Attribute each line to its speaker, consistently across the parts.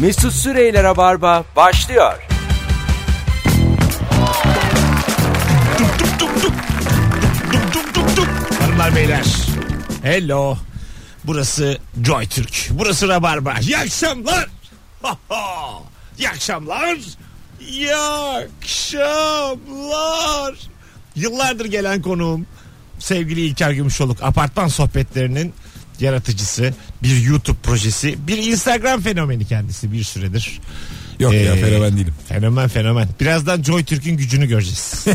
Speaker 1: Mesut Süreyler'e barba başlıyor.
Speaker 2: Dup dup dup dup. Hanımlar beyler. Hello. Burası Joy Türk. Burası Rabarba. İyi akşamlar. Ha ha. İyi akşamlar. İyi akşamlar. Yıllardır gelen konuğum sevgili İlker Gümüşoluk apartman sohbetlerinin yaratıcısı bir YouTube projesi bir Instagram fenomeni kendisi bir süredir.
Speaker 3: Yok ya
Speaker 2: Ee,
Speaker 3: fenomen değilim.
Speaker 2: Fenomen fenomen. Birazdan Joy Türk'ün gücünü göreceğiz.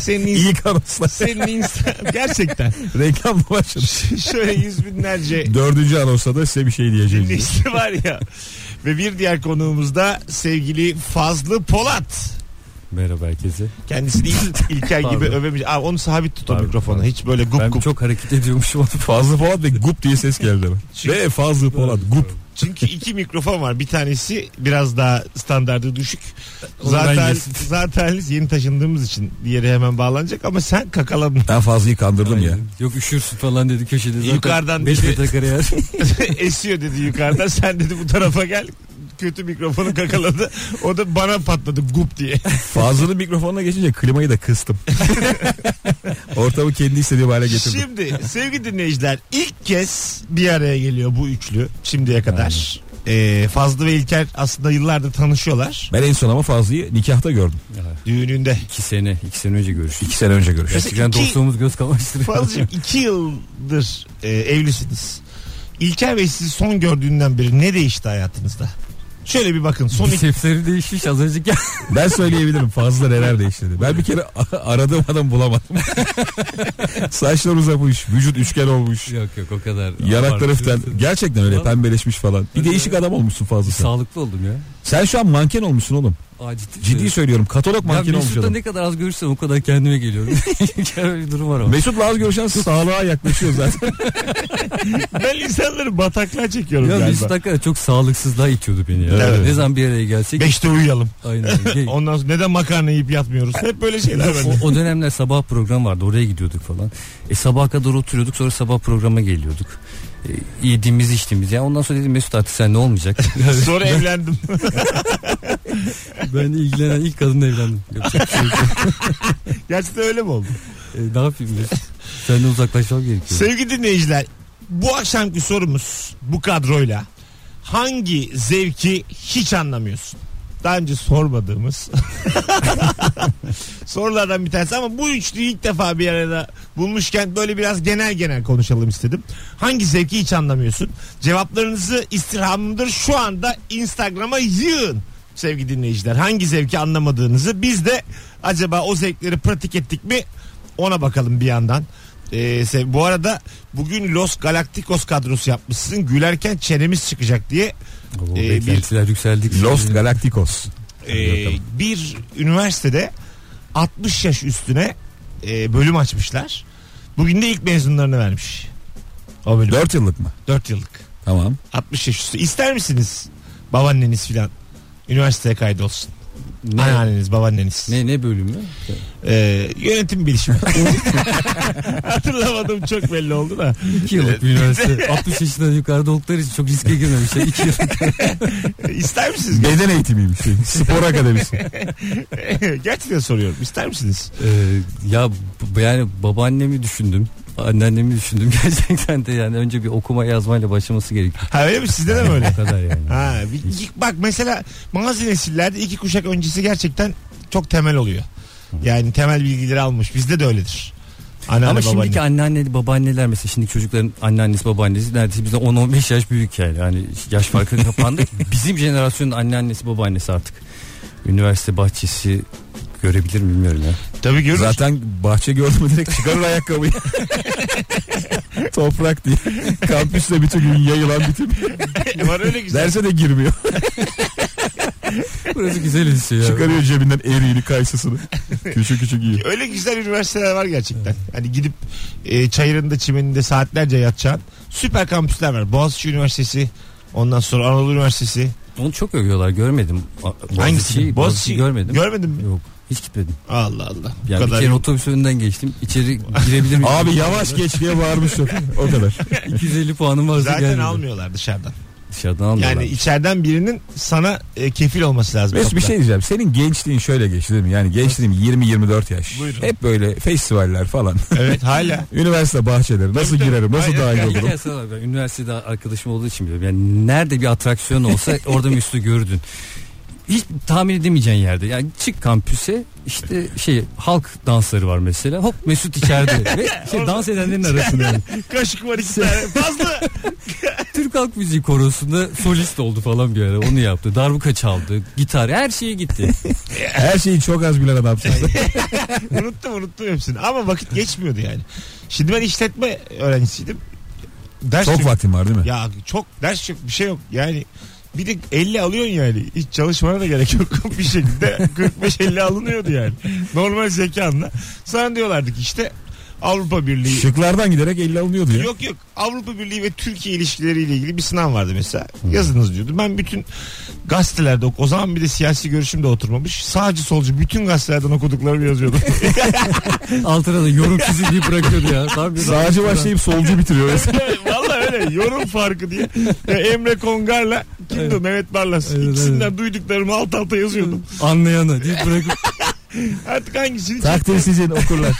Speaker 2: Senin
Speaker 3: İyi kanıtla.
Speaker 2: senin insan gerçekten
Speaker 3: Reklam başladı.
Speaker 2: şöyle yüz binlerce
Speaker 3: Dördüncü anonsa da size bir şey diyeceğim. diye.
Speaker 2: dinleyici var ya. Ve bir diğer konuğumuz da sevgili Fazlı Polat.
Speaker 4: Merhaba herkese.
Speaker 2: Kendisi değil İlker gibi
Speaker 4: Pardon.
Speaker 2: övemiş. Aa, onu sabit tut o
Speaker 4: Pardon,
Speaker 2: mikrofonu. Hiç böyle gup
Speaker 4: Ben
Speaker 2: gup.
Speaker 4: çok hareket ediyormuşum.
Speaker 3: Fazlı Polat ve gup diye ses geldi ama.
Speaker 2: Çünkü-
Speaker 3: Ve Fazlı Polat gup.
Speaker 2: Çünkü iki mikrofon var. Bir tanesi biraz daha standardı düşük.
Speaker 4: Onu ben
Speaker 2: Zaten
Speaker 4: yesin.
Speaker 2: zaten yeni taşındığımız için diğeri hemen bağlanacak ama sen kakaladın.
Speaker 3: Ben Fazlı'yı kandırdım ya.
Speaker 4: Yok üşürsün falan dedi köşede zaten.
Speaker 2: Yukarıdan
Speaker 4: 5
Speaker 2: dedi.
Speaker 4: metrekare yer.
Speaker 2: Esiyor dedi yukarıda. Sen dedi bu tarafa gel. Kötü mikrofonu kakaladı. O da bana patladı gup diye.
Speaker 3: Fazlı'nın mikrofonuna geçince klimayı da kıstım. Ortamı kendi istediğim hale getirdim.
Speaker 2: Şimdi sevgili dinleyiciler ilk kez bir araya geliyor bu üçlü şimdiye kadar. Ee, Fazlı ve İlker aslında yıllardır tanışıyorlar
Speaker 3: Ben en son ama Fazlı'yı nikahta gördüm.
Speaker 2: düğününde.
Speaker 4: 2 sene, 2 sene önce görüştük.
Speaker 3: İki sene önce görüştük.
Speaker 4: Gerçekten
Speaker 2: iki-
Speaker 4: dostluğumuz göz kamaştırıyor.
Speaker 2: Fazlıcığım iki yıldır e, evlisiniz. İlker Bey sizi son gördüğünden beri ne değişti hayatınızda? Şöyle bir bakın son iki...
Speaker 4: Bisepsleri değişmiş az önce gel.
Speaker 3: Ben söyleyebilirim Fazlı neler değişti. dedi. Ben bir kere aradığım adam bulamadım. Saçlar uzamış, vücut üçgen olmuş.
Speaker 4: yok yok o kadar.
Speaker 3: Yanakları falan
Speaker 4: Abartıyorsun.
Speaker 3: gerçekten öyle pembeleşmiş falan. Bir değişik adam olmuşsun Fazlı sen.
Speaker 4: Sağlıklı oldum ya.
Speaker 3: Sen şu an manken olmuşsun oğlum.
Speaker 4: Aa, ciddi
Speaker 3: Ciddi
Speaker 4: söylüyorum.
Speaker 3: söylüyorum. Katalog
Speaker 4: Ya
Speaker 3: manken olmuş
Speaker 4: Mesut'la
Speaker 3: adam.
Speaker 4: ne kadar az görüşsem o kadar kendime geliyorum. Öyle bir durum var ama.
Speaker 3: Mesut'la az görüşen sağlığa yaklaşıyor zaten.
Speaker 2: Ben insanları bataklığa çekiyorum
Speaker 4: Ya
Speaker 2: galiba.
Speaker 4: Mesut hakikaten çok sağlıksızlığa itiyordu beni ya.
Speaker 2: Evet.
Speaker 4: Ne zaman bir araya gelsek.
Speaker 2: Beşte uyuyalım.
Speaker 4: Aynen. Ge-
Speaker 2: Ondan sonra neden makarna yiyip yatmıyoruz? Hep böyle şeyler bende.
Speaker 4: O, o dönemler sabah program vardı oraya gidiyorduk falan. E sabaha kadar oturuyorduk sonra sabah programa geliyorduk. E, yediğimiz içtiğimiz. Yani ondan sonra dedim Mesut artık sen ne olmayacak?
Speaker 2: Sonra evlendim.
Speaker 4: ben ilgilenen ilk kadınla evlendim. Yapacak bir şey yok.
Speaker 2: Gerçekten öyle mi oldu?
Speaker 4: E, ne yapayım Mesut? Senden uzaklaşmam gerekiyor.
Speaker 2: Sevgili dinleyiciler bu akşamki sorumuz bu kadroyla hangi zevki hiç anlamıyorsun? Daha önce sormadığımız sorulardan bir tanesi ama bu üçlüyü ilk defa bir arada bulmuşken böyle biraz genel genel konuşalım istedim. Hangi zevki hiç anlamıyorsun? Cevaplarınızı istirhamımdır şu anda Instagram'a yığın sevgili dinleyiciler. Hangi zevki anlamadığınızı biz de acaba o zevkleri pratik ettik mi ona bakalım bir yandan. Ee, sev- bu arada bugün Los Galacticos kadrosu yapmışsın. Gülerken çenemiz çıkacak diye
Speaker 4: O
Speaker 2: Ee,
Speaker 4: beklentiler yükseldik.
Speaker 3: Los Galacticos.
Speaker 2: Ee, bir üniversitede 60 yaş üstüne e, bölüm açmışlar. Bugün de ilk mezunlarını vermiş. O bölüm. 4,
Speaker 3: Dört yıllık mı?
Speaker 2: yıllık.
Speaker 3: Tamam.
Speaker 2: 60 yaş üstü. İster misiniz babaanneniz filan üniversiteye kaydolsun?
Speaker 4: ne,
Speaker 2: Anneanneniz, babaanneniz.
Speaker 4: ne, ne bölümü?
Speaker 2: Ee, yönetim bilişimi. Hatırlamadım çok belli oldu da.
Speaker 4: 2 yıllık bir üniversite. 60 yaşından yukarıda oldukları için çok riske girmemişler. 2 yıllık.
Speaker 2: Ee, İster misiniz?
Speaker 3: Beden eğitimiymiş. Spor akademisi.
Speaker 2: Gerçekten soruyorum. İster misiniz?
Speaker 4: Ee, ya b- yani babaannemi düşündüm. Anneannemi düşündüm gerçekten de yani önce bir okuma yazmayla başlaması gerekiyor.
Speaker 2: Ha öyle mi? Sizde de mi öyle?
Speaker 4: O kadar yani.
Speaker 2: Ha, bir- bir- bak mesela bazı nesillerde iki kuşak öncesi gerçekten çok temel oluyor. Yani temel bilgileri almış. Bizde de öyledir. Anneanne
Speaker 4: Ama
Speaker 2: babaanne.
Speaker 4: şimdiki anneanne babaanneler mesela şimdiki çocukların anneannesi babaannesi neredeyse bizden 10-15 yaş büyük yani. Hani yaş farkı kapandı. Bizim jenerasyonun anneannesi babaannesi artık üniversite bahçesi görebilir mi bilmiyorum ya.
Speaker 2: Tabii görürüz.
Speaker 3: Zaten bahçe gördüm mü direkt çıkarır ayakkabıyı. Toprak diye. Kampüste bütün gün yayılan bir tip.
Speaker 2: Var öyle güzel.
Speaker 3: Derse de girmiyor.
Speaker 4: Burası güzel lise ya.
Speaker 3: Çıkarıyor cebinden eriğini kaysasını. Küçük küçük yiyor.
Speaker 2: Öyle güzel üniversiteler var gerçekten. Hani gidip e, çayırında çimeninde saatlerce yatacağın süper kampüsler var. Boğaziçi Üniversitesi Ondan sonra Anadolu Üniversitesi.
Speaker 4: Onu çok övüyorlar görmedim.
Speaker 2: Hangisi?
Speaker 4: Boğaziçi'yi Boğaziçi görmedim.
Speaker 2: Görmedin mi?
Speaker 4: Yok hiç gitmedim.
Speaker 2: Allah Allah. Bu
Speaker 4: Yani bir
Speaker 2: kadar.
Speaker 4: kere otobüs önünden geçtim. İçeri girebilir miyim?
Speaker 3: Abi yavaş geç diye bağırmış O kadar.
Speaker 4: 250 puanım varsa
Speaker 2: Zaten
Speaker 4: gelmedim.
Speaker 2: almıyorlar dışarıdan.
Speaker 4: Dışarıdan almıyorlar.
Speaker 2: Yani içeriden birinin sana e, kefil olması lazım.
Speaker 3: Mesut bir
Speaker 2: kapıda.
Speaker 3: şey diyeceğim. Senin gençliğin şöyle geçti değil mi? Yani gençliğim 20-24 yaş.
Speaker 2: Buyurun.
Speaker 3: Hep böyle festivaller falan.
Speaker 4: şey-
Speaker 2: Evet hala.
Speaker 3: Üniversite bahçeleri. Nasıl
Speaker 2: Tabii, tabii.
Speaker 3: girerim? Nasıl
Speaker 2: Hayır,
Speaker 3: dahil
Speaker 2: hayır.
Speaker 3: olurum?
Speaker 4: Ya sana ben üniversitede arkadaşım olduğu için biliyorum. Yani nerede bir atraksiyon olsa orada Müslü gördün. Hiç tahmin edemeyeceğin yerde. Yani çık kampüse işte şey halk dansları var mesela. Hop Mesut içeride. Ve şey, dans edenlerin arasında. yani.
Speaker 2: Kaşık var iki tane. Fazla.
Speaker 4: Türk halk müziği korosunda solist oldu falan bir ara. Onu yaptı. Darbuka çaldı. Gitar her şeye gitti.
Speaker 3: Her şeyi çok az bilen adamsın.
Speaker 2: unuttum unuttum hepsini. Ama vakit geçmiyordu yani. Şimdi ben işletme öğrencisiydim. Ders
Speaker 3: çok
Speaker 2: yok.
Speaker 3: vaktin var değil mi?
Speaker 2: Ya çok ders çok bir şey yok. Yani bir de 50 alıyorsun yani. Hiç çalışmana da gerek yok bir şekilde. 45-50 alınıyordu yani. Normal zekanla. Sana diyorlardı ki işte Avrupa Birliği
Speaker 3: Şıklardan giderek 50 alınıyordu ya.
Speaker 2: Yok yok Avrupa Birliği ve Türkiye ilişkileriyle ilgili bir sınav vardı mesela. Yazınız diyordu. Ben bütün gazetelerde ok- o zaman bir de siyasi görüşüm de oturmamış. Sağcı solcu bütün gazetelerden okuduklarımı yazıyordum.
Speaker 4: Altına da yorum çizim diye bırakıyordu ya. Tam bir
Speaker 3: Sağcı başlayıp solcu bitiriyor.
Speaker 2: Valla öyle yorum farkı diye. Ya Emre Kongar'la kimdi o? Mehmet Barlas.
Speaker 4: Evet,
Speaker 2: İkisinden duyduklarımı alt alta yazıyordum.
Speaker 4: Anlayanı diye bırakıp
Speaker 2: Artık hangisini
Speaker 3: Takdir sizin okurlar.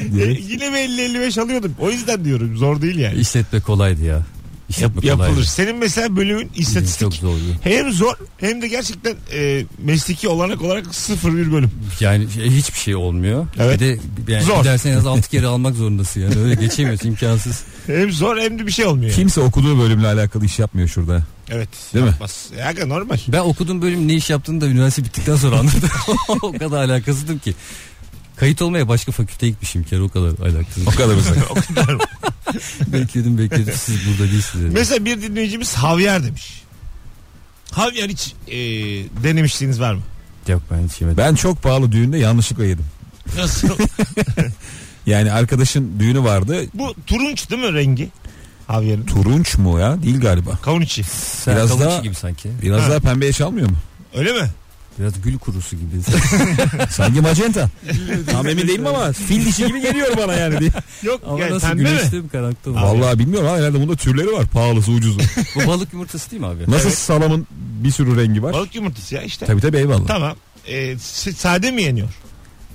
Speaker 2: E,
Speaker 3: diye.
Speaker 2: yine bir 50-55 alıyordum. O yüzden diyorum zor değil yani.
Speaker 4: işletme kolaydı ya. İşletme
Speaker 2: Yapılır.
Speaker 4: kolaydı.
Speaker 2: Senin mesela bölümün
Speaker 4: Bizim Çok
Speaker 2: istatistik
Speaker 4: zordu.
Speaker 2: hem zor hem de gerçekten e, mesleki olanak olarak sıfır bir bölüm.
Speaker 4: Yani şey- hiçbir şey olmuyor.
Speaker 2: Evet.
Speaker 4: Bir de yani
Speaker 2: Zor.
Speaker 4: gidersen en az 6 kere almak zorundasın yani. Öyle geçemiyorsun imkansız.
Speaker 2: Hem zor hem de bir şey olmuyor. yani.
Speaker 3: Kimse okuduğu bölümle alakalı iş yapmıyor şurada.
Speaker 2: Evet.
Speaker 3: Değil mi?
Speaker 2: Yapmaz. E, aga normal.
Speaker 4: Ben okuduğum bölüm ne iş yaptığını da üniversite bittikten sonra anladım. o kadar alakasızdım ki. Kayıt olmaya başka fakülteye gitmişim bir kere o kadar
Speaker 3: O
Speaker 4: alakasızdım.
Speaker 3: kadar uzak.
Speaker 4: bekledim bekledim siz burada değilsiniz. dedim.
Speaker 2: Mesela bir dinleyicimiz havyar demiş. Havyar hiç e, denemişliğiniz var mı?
Speaker 4: Yok ben hiç yemedim.
Speaker 3: ben çok pahalı düğünde yanlışlıkla yedim.
Speaker 2: Nasıl?
Speaker 3: Yani arkadaşın düğünü vardı.
Speaker 2: Bu turunç değil mi rengi? Havyarın.
Speaker 3: Turunç mu ya? Değil galiba.
Speaker 2: Kavun içi.
Speaker 4: Sen
Speaker 3: biraz
Speaker 4: kalıcı
Speaker 3: daha-
Speaker 4: gibi sanki.
Speaker 3: Biraz
Speaker 2: Ha.
Speaker 3: daha pembeye çalmıyor mu?
Speaker 2: Öyle mi?
Speaker 4: Biraz gül kurusu gibi.
Speaker 3: Sanki magenta. Tam emin değilim ama fil dişi gibi geliyor bana yani. diye.
Speaker 2: Yok
Speaker 4: Ama
Speaker 2: yani
Speaker 4: nasıl
Speaker 2: pembe mi?
Speaker 4: güneşli bir karanlıkta mı?
Speaker 3: Vallahi bilmiyorum ama herhalde bunda türleri var. Pahalısı ucuzu.
Speaker 4: Bu balık yumurtası değil mi abi?
Speaker 3: Nasıl salamın bir sürü rengi var.
Speaker 2: Balık yumurtası ya işte.
Speaker 3: Tabii tabii eyvallah.
Speaker 2: Tamam. E, s- sade mi yeniyor?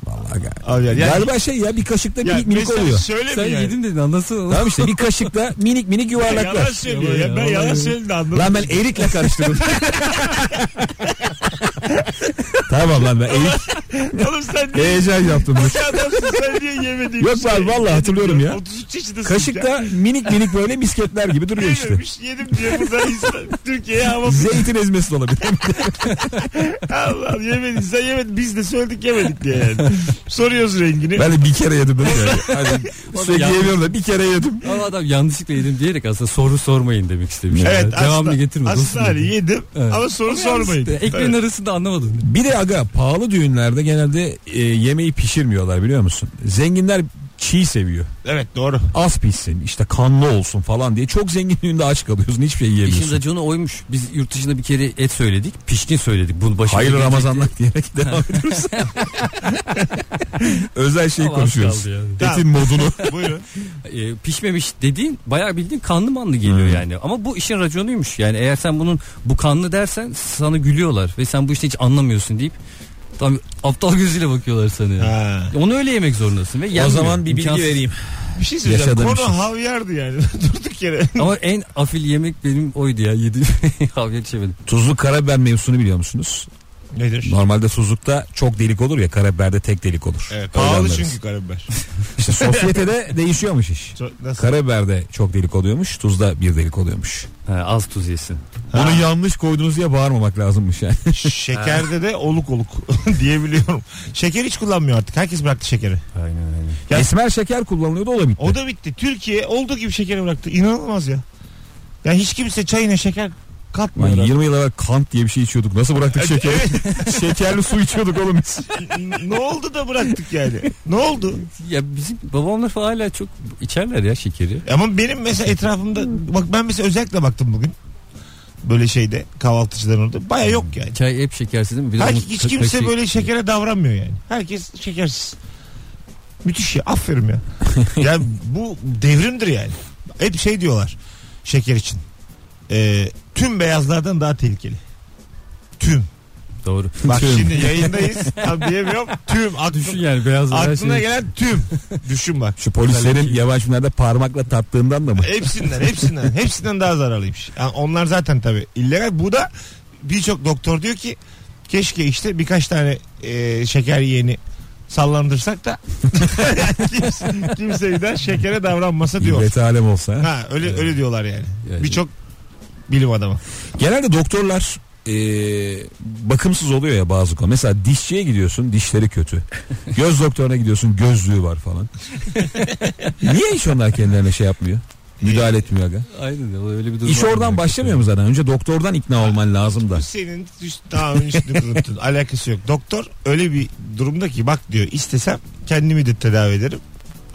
Speaker 3: Vallahi galiba.
Speaker 2: Havyar. Yani,
Speaker 3: galiba şey ya bir kaşıkta
Speaker 2: ya
Speaker 3: minik minik
Speaker 2: mesela
Speaker 3: oluyor.
Speaker 2: Şöyle mi
Speaker 4: Sen
Speaker 2: yani?
Speaker 4: yedin dedin anlasın.
Speaker 3: Tamam işte bir kaşıkta minik minik
Speaker 2: Yalan
Speaker 3: yuvarlaklar.
Speaker 2: söylüyor ya.
Speaker 4: Yalan
Speaker 2: Ben
Speaker 4: ya,
Speaker 2: yalan
Speaker 4: vallahi.
Speaker 2: söyledim de anladım.
Speaker 3: Lan ben erikle karıştırdım. tamam lan ben erik
Speaker 2: Oğlum sen niye
Speaker 3: heyecan yaptım.
Speaker 2: Sen adamsın sen niye yemedin?
Speaker 3: Yok
Speaker 2: bir şey?
Speaker 3: abi, vallahi hatırlıyorum ya.
Speaker 2: 33 yaşındasın. ya.
Speaker 3: Kaşıkta minik minik böyle misketler gibi duruyor işte.
Speaker 2: Yememiş yedim diye buradan insan- Türkiye'ye hava
Speaker 3: Zeytin ezmesi de olabilir.
Speaker 2: Allah yemedin sen yemedin biz de söyledik yemedik diye yani. Soruyoruz rengini.
Speaker 3: ben de bir kere yedim dedim yani. Hani sürekli
Speaker 4: yanlış.
Speaker 3: yemiyorum da bir kere yedim.
Speaker 4: Ama adam yanlışlıkla yedim diyerek aslında soru sormayın demek istemiş.
Speaker 2: Evet,
Speaker 4: Yani Devamını
Speaker 2: asla-
Speaker 4: getirme.
Speaker 2: Aslında
Speaker 4: dostum.
Speaker 2: hani yedim
Speaker 4: Evet.
Speaker 2: ama soru
Speaker 4: Ama
Speaker 2: sormayın.
Speaker 4: işte Ekmeğin arasında anlamadın.
Speaker 3: Bir de aga pahalı düğünlerde genelde e, yemeği pişirmiyorlar biliyor musun? Zenginler çiğ seviyor.
Speaker 2: Evet doğru.
Speaker 3: Az pişsin işte kanlı olsun falan diye. Çok zengin düğünde aç kalıyorsun hiçbir şey
Speaker 4: İşin
Speaker 3: yiyemiyorsun.
Speaker 4: raconu oymuş. Biz yurt dışında bir kere et söyledik. Pişkin söyledik. Bunu başımıza
Speaker 3: Hayırlı
Speaker 4: gelecek
Speaker 3: Ramazanlar diyerek devam ediyoruz. Özel şey
Speaker 4: diye az
Speaker 3: konuşuyoruz.
Speaker 4: kaldı yani.
Speaker 3: Etin modunu.
Speaker 2: Buyurun.
Speaker 4: Ee, pişmemiş dediğin bayağı bildiğin kanlı manlı geliyor
Speaker 3: Hmm.
Speaker 4: yani. Ama bu işin raconuymuş. Yani eğer sen bunun bu kanlı dersen sana gülüyorlar. Ve sen bu işte hiç anlamıyorsun deyip tam aptal gözüyle bakıyorlar sana. yani.
Speaker 2: Ha.
Speaker 4: Onu öyle yemek zorundasın ve yenmiyor. İmkansız.
Speaker 2: Bir şey söyleyeceğim.
Speaker 3: Yaşadığım
Speaker 2: Konu
Speaker 3: şey.
Speaker 2: havyardı yani. Durduk yere.
Speaker 4: Ama en afil yemek benim oydu ya yediğim. Havya içemedim.
Speaker 3: Tuzlu karabiber mevzusunu biliyor musunuz?
Speaker 2: Nedir?
Speaker 3: Normalde tuzlukta çok delik olur ya karabiberde tek delik olur.
Speaker 2: Evet,
Speaker 3: Öyle
Speaker 2: pahalı
Speaker 3: anlarız.
Speaker 2: çünkü karabiber.
Speaker 3: İşte sosyetede değişiyormuş iş.
Speaker 2: So- Nasıl?
Speaker 3: Karabiberde çok delik oluyormuş, tuzda bir delik oluyormuş.
Speaker 4: Ha, az tuz yesin.
Speaker 2: Ha.
Speaker 3: Bunu yanlış koydunuz diye bağırmamak lazımmış yani.
Speaker 2: Şekerde de oluk oluk diyebiliyorum. Şeker hiç kullanmıyor artık. Herkes bıraktı şekeri.
Speaker 4: Aynen aynen.
Speaker 2: Ya-
Speaker 3: Esmer şeker kullanılıyordu o da bitti.
Speaker 2: O da bitti. Türkiye olduğu gibi şekeri bıraktı. İnanılmaz ya. Ya hiç kimse çayına şeker
Speaker 3: Lan
Speaker 2: katmıyor.
Speaker 3: 20 yıl evvel kant diye bir şey içiyorduk. Nasıl bıraktık
Speaker 2: Evet,
Speaker 3: şekeri? Şekerli su içiyorduk oğlum biz.
Speaker 2: evet. ne oldu da bıraktık yani? Ne oldu?
Speaker 4: Ya bizim babamlar falan hala çok içerler ya şekeri.
Speaker 2: Ama benim mesela etrafımda bak ben mesela özellikle baktım bugün. Böyle şeyde kahvaltıcıların orada. Baya yok yani.
Speaker 4: Çay hep şekersiz değil mi? Bir de
Speaker 2: Her,
Speaker 4: onun
Speaker 2: hiç
Speaker 4: ka-
Speaker 2: kimse
Speaker 4: kaşığı-
Speaker 2: böyle şekere davranmıyor yani. Herkes şekersiz. Müthiş ya. Aferin ya. yani bu devrimdir yani. Hep şey diyorlar şeker için. Ee, tüm beyazlardan daha tehlikeli. Tüm.
Speaker 4: Doğru.
Speaker 2: Bak
Speaker 4: Tüm.
Speaker 2: şimdi yayındayız. Tam diyemiyorum. Tüm. Aklım,
Speaker 4: Düşün yani beyaz her
Speaker 2: aklına
Speaker 4: şey.
Speaker 2: gelen tüm. Düşün bak.
Speaker 3: Şu polislerin yabancı filmlerde parmakla tattığından da mı?
Speaker 2: Hepsinden hepsinden hepsinden daha zararlıymış. Yani onlar zaten tabii illegal. Bu da birçok doktor diyor ki keşke işte birkaç tane e, şeker yiyeni sallandırsak da kimse, kimse bir daha şekere davranmasa diyor.
Speaker 3: İbret alem olsa. ha?
Speaker 2: Ha öyle öyle diyorlar yani.
Speaker 3: Yani-
Speaker 2: Birçok bilim adamı.
Speaker 3: Genelde doktorlar e, bakımsız oluyor ya bazı konu. Mesela dişçiye gidiyorsun dişleri kötü. Göz doktoruna gidiyorsun gözlüğü var falan. Niye hiç onlar kendilerine şey yapmıyor? Müdahale etmiyor aga.
Speaker 4: Aynen öyle bir durum.
Speaker 3: İş
Speaker 4: var
Speaker 3: oradan
Speaker 4: mı?
Speaker 3: başlamıyor mu zaten? Önce doktordan ikna olman lazım da.
Speaker 2: Bu senin üst- tamamen üstünü kırıntın. Alakası yok. Doktor öyle bir durumda ki bak diyor istesem kendimi de tedavi ederim.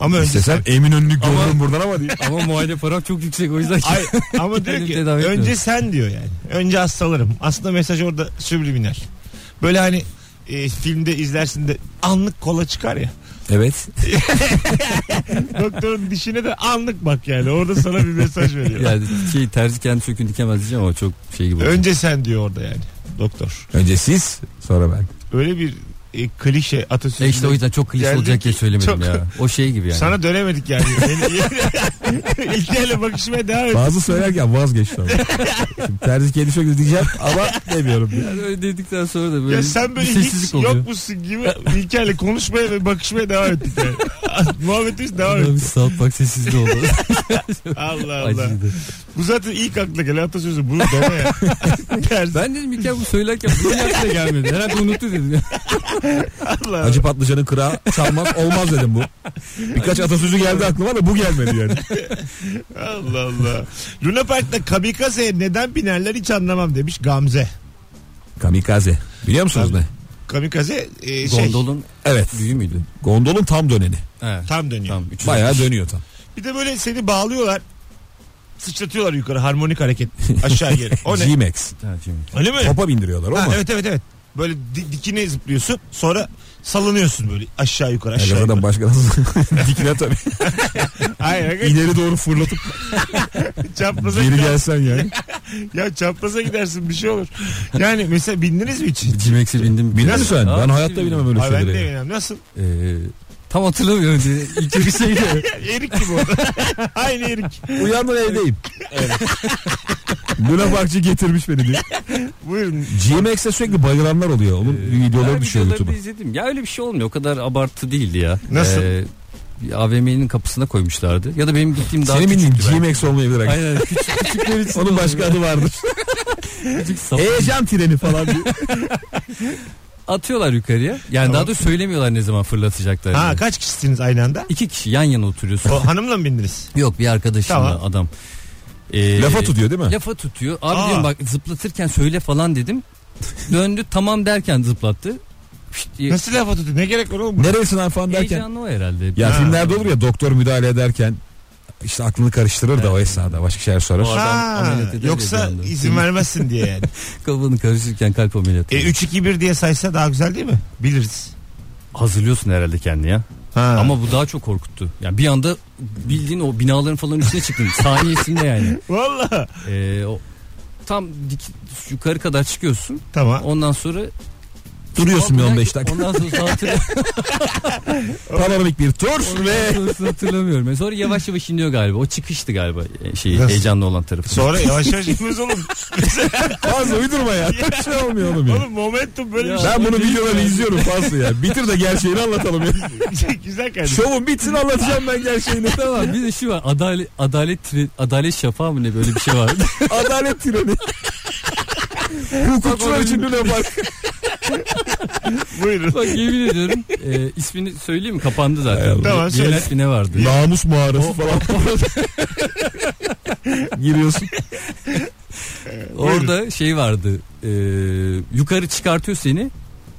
Speaker 2: Ama önce
Speaker 3: İstesem Eminönü'nü
Speaker 4: Ama-
Speaker 3: görürüm buradan ama diye.
Speaker 4: Ama muayene param çok yüksek o yüzden.
Speaker 2: Ay, ama diyor
Speaker 4: Kendim
Speaker 2: ki
Speaker 4: tedavi etmiyorum.
Speaker 2: önce sen diyor yani. Önce hastalarım. Aslında mesaj orada subliminal. Böyle hani e, filmde izlersin de anlık kola çıkar ya.
Speaker 3: Evet.
Speaker 2: Doktorun dişine de anlık bak yani. Orada sana bir mesaj veriyor.
Speaker 4: yani şey terzi kendi sökün dikemez diyeceğim ama çok şey gibi. oldu.
Speaker 2: Önce sen diyor orada yani doktor.
Speaker 3: Önce siz sonra ben.
Speaker 2: Öyle bir e, klişe atasözü.
Speaker 4: E işte o yüzden çok klişe
Speaker 2: Geldi
Speaker 4: olacak
Speaker 2: ki-
Speaker 4: diye söylemedim
Speaker 2: çok-
Speaker 4: ya. O şey gibi yani.
Speaker 2: Sana dönemedik yani. Yani- İlker'le bakışmaya devam et.
Speaker 3: Bazı söylerken vazgeçtim. Şimdi terzi kendi şöyle diyeceğim ama demiyorum.
Speaker 4: Yani öyle dedikten sonra da böyle
Speaker 2: Ya sen böyle
Speaker 4: bir
Speaker 2: hiç
Speaker 4: sessizlik oluyor.
Speaker 2: yokmuşsun gibi İlker'le konuşmaya ve bakışmaya devam ettik yani. Muhabbetimiz devam
Speaker 4: Adam bir
Speaker 2: etti.
Speaker 4: South Park sessizliği oldu.
Speaker 2: Allah Allah.
Speaker 4: Acıydı.
Speaker 2: Bu zaten ilk akla gelen atasözü. Bunu deme ya. Ters.
Speaker 4: Ben dedim İlker bu söylerken bunun aklına gelmedi. Herhalde unuttu dedim. ya.
Speaker 2: Allah.
Speaker 3: Acı patlıcanın kırağı çalmaz olmaz dedim bu. Birkaç atasözü geldi aklıma da bu gelmedi yani.
Speaker 2: Allah Allah. Luna Park'ta kamikazeye neden binerler hiç anlamam demiş Gamze.
Speaker 3: Kamikaze. Biliyor musunuz ne?
Speaker 2: Kamikaze e, şey
Speaker 4: Gondolun
Speaker 3: Evet.
Speaker 4: büyü müydü?
Speaker 3: Gondolun tam döneni.
Speaker 4: He.
Speaker 2: tam dönüyor.
Speaker 4: Tamam. üç yüz
Speaker 3: Bayağı
Speaker 4: altmış.
Speaker 3: dönüyor tam.
Speaker 2: Bir de böyle seni bağlıyorlar. Sıçratıyorlar yukarı harmonik hareket aşağı geri. O ne?
Speaker 3: G-Max.
Speaker 4: Ha, Cemil.
Speaker 2: Öyle mi?
Speaker 3: Topa bindiriyorlar o
Speaker 2: Ha,
Speaker 3: mu?
Speaker 2: evet evet evet. Böyle di- dikine zıplıyorsun sonra sallanıyorsun böyle aşağı yukarı
Speaker 3: Ya
Speaker 2: aşağı
Speaker 3: kafadan
Speaker 2: yukarı.
Speaker 3: başka nasıl? Dikine tabii.
Speaker 2: Hayır hayır
Speaker 3: İleri doğru fırlatıp
Speaker 2: çapraza
Speaker 3: geri
Speaker 2: gider-
Speaker 3: gelsen yani.
Speaker 2: Ya çapraza gidersin bir şey olur. Yani mesela bindiniz mi hiç?
Speaker 4: Cimex'e bindim.
Speaker 3: Biner misin?
Speaker 4: Aa,
Speaker 3: Ben
Speaker 4: hiç
Speaker 3: hayatta binemem öyle
Speaker 2: Ay ben de
Speaker 3: şeylere.
Speaker 2: bilmiyorum. Nasıl?
Speaker 4: Ee, tam hatırlamıyorum diye. İlk bir şey diyor.
Speaker 2: Erik gibi oldu. Aynı Erik.
Speaker 3: Uyandım evdeyim. Luna Parkçı getirmiş beni diye.
Speaker 2: Buyurun.
Speaker 3: GMX'e sürekli bayılanlar oluyor. Onun videoları
Speaker 4: Ben
Speaker 3: düşüyor
Speaker 4: videoları
Speaker 3: YouTube'a.
Speaker 4: da izledim. Ya öyle bir şey olmuyor. O kadar abartı değildi ya.
Speaker 2: Nasıl?
Speaker 4: Ee, bir AVM'nin kapısına koymuşlardı. Ya da benim gittiğim daha
Speaker 3: Senin bildiğin
Speaker 4: küçüktü belki.
Speaker 3: GMX olmayabilir. hakikaten.
Speaker 4: Aynen küçük küçükler için.
Speaker 3: Onun başka adı vardır.
Speaker 4: Küçük sapık.
Speaker 3: Heyecan treni falan diye.
Speaker 4: Atıyorlar yukarıya. Yani daha doğrusu söylemiyorlar ne zaman fırlatacaklar.
Speaker 2: Ha kaç kişisiniz aynı anda?
Speaker 4: İki kişi yan yana oturuyorsun.
Speaker 3: Oh.
Speaker 2: O hanımla mı bindiniz?
Speaker 4: Yok bir arkadaşım
Speaker 2: Tamam.
Speaker 4: adam. Ee,
Speaker 3: Lafa tutuyor değil mi?
Speaker 4: Lafa tutuyor. Abi
Speaker 2: Aa.
Speaker 4: diyorum bak zıplatırken söyle falan dedim. Döndü tamam derken zıplattı. Pişt diye.
Speaker 2: Nasıl lafa tuttu? Ne gerek var oğlum?
Speaker 3: Neresin Arfan derken.
Speaker 4: Heyecanlı o herhalde.
Speaker 3: Ya
Speaker 2: Ha.
Speaker 3: filmlerde olur ya doktor müdahale ederken işte aklını karıştırır da o esnada başka şeyler sorar.
Speaker 4: Bu adam
Speaker 2: Ha,
Speaker 4: ameliyat eder ya
Speaker 2: yoksa
Speaker 4: bir anda.
Speaker 2: izin vermezsin diye yani.
Speaker 4: Kafanı karışırken kalp ameliyatı.
Speaker 2: E 3 2 1 diye saysa daha güzel değil mi? Biliriz.
Speaker 4: Hazırlıyorsun herhalde kendini ya.
Speaker 2: Ha.
Speaker 4: Ama bu daha çok korkuttu. Yani bir anda bildiğin o binaların falan üstüne çıktın. Saniyesinde yani.
Speaker 2: valla.
Speaker 4: Ee, o, tam dik, yukarı kadar çıkıyorsun.
Speaker 2: Tamam.
Speaker 4: Ondan sonra
Speaker 3: Duruyorsun bir 15 dakika.
Speaker 4: Ondan sonra hatırlamıyorum.
Speaker 3: Panoramik bir tur ve
Speaker 4: Ondan sonrasını hatırlamıyorum. E Sonra yavaş yavaş iniyor galiba. O çıkıştı galiba e, şeyi
Speaker 2: Nasıl?
Speaker 4: heyecanlı olan tarafı.
Speaker 2: Sonra yavaş yavaş gitmez oğlum.
Speaker 3: fazla uydurma ya. Bir şey olmuyor oğlum ya.
Speaker 2: oğlum momentum böyle
Speaker 4: Ya.
Speaker 2: bir şey.
Speaker 3: Ben bunu
Speaker 4: Değil
Speaker 3: videoları
Speaker 4: ya.
Speaker 3: izliyorum fazla ya. Bitir de gerçeğini anlatalım ya.
Speaker 2: şey güzel kardeşim.
Speaker 3: Şovun bitsin anlatacağım ben gerçeğini. Tamam.
Speaker 4: Tamam bir de şu var. Adalet, adalet, tre- adalet şafağı mı ne böyle bir şey var.
Speaker 3: Adalet treni. Hukukçular için Luna Park.
Speaker 2: Buyurun.
Speaker 4: Bak yemin ediyorum. E, ismini söyleyeyim mi? Kapandı
Speaker 3: Hay
Speaker 4: zaten.
Speaker 3: Allah.
Speaker 2: Tamam, söyle.
Speaker 4: Yeni ismi ne vardı?
Speaker 3: Namus mağarası falan. Giriyorsun.
Speaker 4: Orada şey vardı. e, yukarı çıkartıyor seni.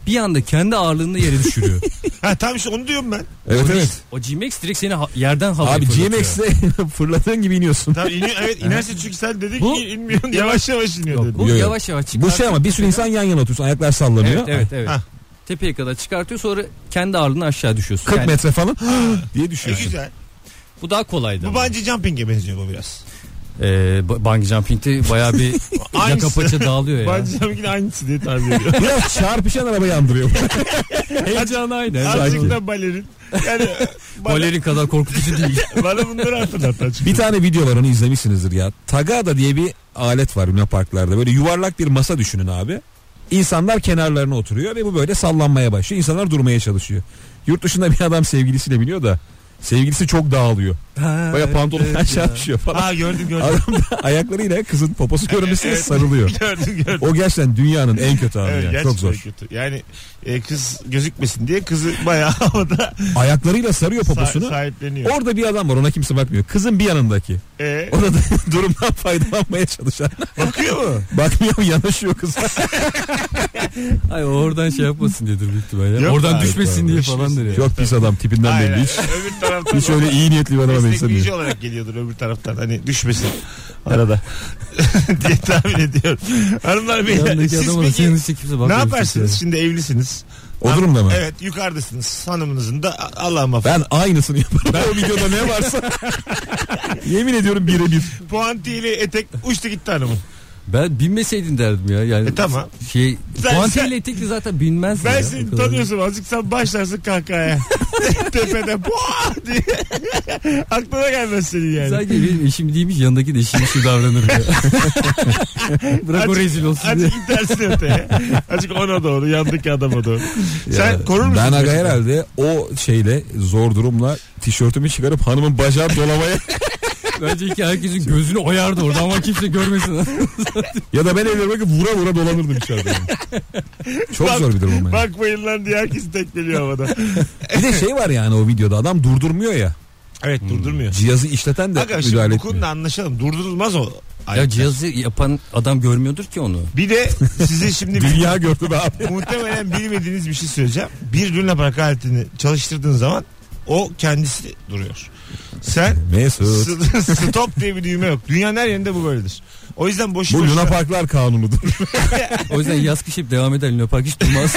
Speaker 4: Bir anda kendi ağırlığını yere düşürüyor.
Speaker 2: Ha tam işte onu diyorum ben.
Speaker 3: Evet
Speaker 4: O
Speaker 3: evet.
Speaker 4: O GMX direkt seni ha- yerden havaya
Speaker 3: Abi
Speaker 4: fırlatıyor.
Speaker 3: GMX'de fırladığın gibi iniyorsun.
Speaker 2: Tam iniyor, evet inerse çünkü sen dedin
Speaker 4: Bu-
Speaker 2: ki inmiyorsun. Yavaş yavaş iniyor
Speaker 4: Yok,
Speaker 2: dedin.
Speaker 4: bu
Speaker 3: Yok, yok.
Speaker 4: yavaş yavaş çıkar.
Speaker 3: Bu şey ama bir sürü insan yan yana otursun. Ayaklar sallanıyor.
Speaker 4: Evet evet evet.
Speaker 2: Hah.
Speaker 4: Tepeye kadar çıkartıyor sonra kendi ağırlığını aşağı düşüyorsun.
Speaker 3: 40
Speaker 4: Yani
Speaker 3: metre falan diye
Speaker 2: E,
Speaker 3: düşüyorsun.
Speaker 2: güzel.
Speaker 4: bu daha kolaydı.
Speaker 2: Bu
Speaker 4: ama.
Speaker 2: bungee jumping'e benziyor bu biraz.
Speaker 4: Ee, ba- bungee jumping'de bayağı bir yaka
Speaker 2: Aynısı.
Speaker 4: paça dağılıyor ya.
Speaker 2: Bungee jumping aynısı diye tahmin ediyorum.
Speaker 3: Biraz çarpışan arabayı andırıyor.
Speaker 4: Heyecanı aynı.
Speaker 2: Azıcık
Speaker 4: Sanki.
Speaker 2: da balerin. Yani bana,
Speaker 4: Balerin kadar korkutucu değil.
Speaker 2: bana bunları hatırlat açıkçası.
Speaker 3: bir tane video var onu izlemişsinizdir ya. Tagada diye bir alet var Luna Parklarda. Böyle yuvarlak bir masa düşünün abi. İnsanlar kenarlarına oturuyor ve bu böyle sallanmaya başlıyor. İnsanlar durmaya çalışıyor. Yurt dışında bir adam sevgilisiyle biniyor da sevgilisi çok dağılıyor. Baya pantolon aşağı düşüyor falan.
Speaker 2: Aa gördüm gördüm.
Speaker 3: Adam da ayaklarıyla kızın poposu görmesine
Speaker 2: Evet.
Speaker 3: sarılıyor.
Speaker 2: gördüm gördüm.
Speaker 3: O gerçekten dünyanın en kötü anı
Speaker 2: Evet,
Speaker 3: ya.
Speaker 2: gerçekten
Speaker 3: Çok zor.
Speaker 2: Kötü. Yani e, kız gözükmesin diye kızı bayağı havada
Speaker 3: Ayaklarıyla sarıyor
Speaker 2: sa-
Speaker 3: poposunu.
Speaker 2: sahipleniyor.
Speaker 3: Orada bir adam var ona kimse bakmıyor. Kızın bir yanındaki.
Speaker 2: E,
Speaker 3: O da durumdan faydalanmaya çalışan.
Speaker 2: bakıyor mu?
Speaker 3: Bakmıyor yanaşıyor kız.
Speaker 4: Ay oradan şey yapmasın diyedir büyük ihtimalle.
Speaker 2: Yok
Speaker 4: oradan
Speaker 2: abi,
Speaker 4: düşmesin
Speaker 2: abi,
Speaker 4: diye
Speaker 2: düşmesin.
Speaker 4: falandır ya.
Speaker 3: Çok pis adam tipinden
Speaker 2: Hayır,
Speaker 3: belli.
Speaker 2: hayır.
Speaker 3: Hiç,
Speaker 2: Öbür taraftan
Speaker 3: hiç öyle iyi niyetli bir adama benzemiyor.
Speaker 2: destekleyici olarak geliyordur öbür taraftan. Hani düşmesin arada diye tahmin ediyorum. Hanımlar beyler
Speaker 4: Yanındaki
Speaker 2: siz
Speaker 4: adama da
Speaker 2: peki
Speaker 4: senin için kimse
Speaker 2: ne
Speaker 4: bakmamış.
Speaker 2: yaparsınız? Şimdi evlisiniz.
Speaker 3: O durumda mı?
Speaker 2: Evet yukarıdasınız. Hanımınızın da A- Allah muhafaza.
Speaker 3: Ben aynısını yaparım. o videoda ne varsa. Yemin ediyorum birebir.
Speaker 2: Puantiyeli etek uçtu gitti hanımın.
Speaker 4: Ben binmeseydin derdim ya. Yani
Speaker 2: E, tamam.
Speaker 4: Şey,
Speaker 2: Sen-
Speaker 4: puantiyle etekli zaten binmez.
Speaker 2: Ben
Speaker 4: ya, o
Speaker 2: seni
Speaker 4: kadar.
Speaker 2: tanıyorsam azıcık sen başlarsın kahkahaya. Tepede boğa diye. Aklına gelmez senin yani.
Speaker 4: Sanki benim eşim değilmiş yanındaki de eşim eşi davranır ya. Bırak o
Speaker 2: Azıcık-
Speaker 4: rezil olsun diye.
Speaker 2: Azıcık gidersin öteye. Azıcık ona doğru yandaki adama doğru. Sen
Speaker 3: Ya,
Speaker 2: korur musun?
Speaker 3: Ben aga
Speaker 2: başını?
Speaker 3: herhalde o şeyle zor durumla tişörtümü çıkarıp hanımın bacağı dolamaya
Speaker 4: Bence ki herkesin gözünü oyardı orada ama kimse görmesin.
Speaker 3: ya da ben evlerime bakıp vura vura dolanırdım içeride. Çok
Speaker 2: Bak-
Speaker 3: zor bir durum ama. ya.
Speaker 2: Bakmayın lan diye herkes tekleniyor havada.
Speaker 3: Bir de şey var yani o videoda adam durdurmuyor ya. Hmm.
Speaker 2: Evet durdurmuyor.
Speaker 3: Cihazı işleten de
Speaker 2: Aga şimdi
Speaker 3: müdahale
Speaker 2: bu
Speaker 3: etmiyor.
Speaker 2: konuda anlaşalım. Durdurulmaz o.
Speaker 4: ya cihazı yapan adam görmüyordur ki onu.
Speaker 2: Bir de size şimdi bir-
Speaker 3: Dünya gördü be abi.
Speaker 2: muhtemelen bilmediğiniz bir şey söyleyeceğim. Bir Luna Park aletini çalıştırdığın zaman o kendisi duruyor. Sen
Speaker 3: Mesut.
Speaker 2: S- Stop diye bir düğme yok. Dünyanın her yerinde bu böyledir. O yüzden boşu
Speaker 3: Bu
Speaker 2: boşuna
Speaker 3: Luna Parklar kanunudur.
Speaker 4: O yüzden yaz kış hep devam eder. Luna Park hiç durmaz.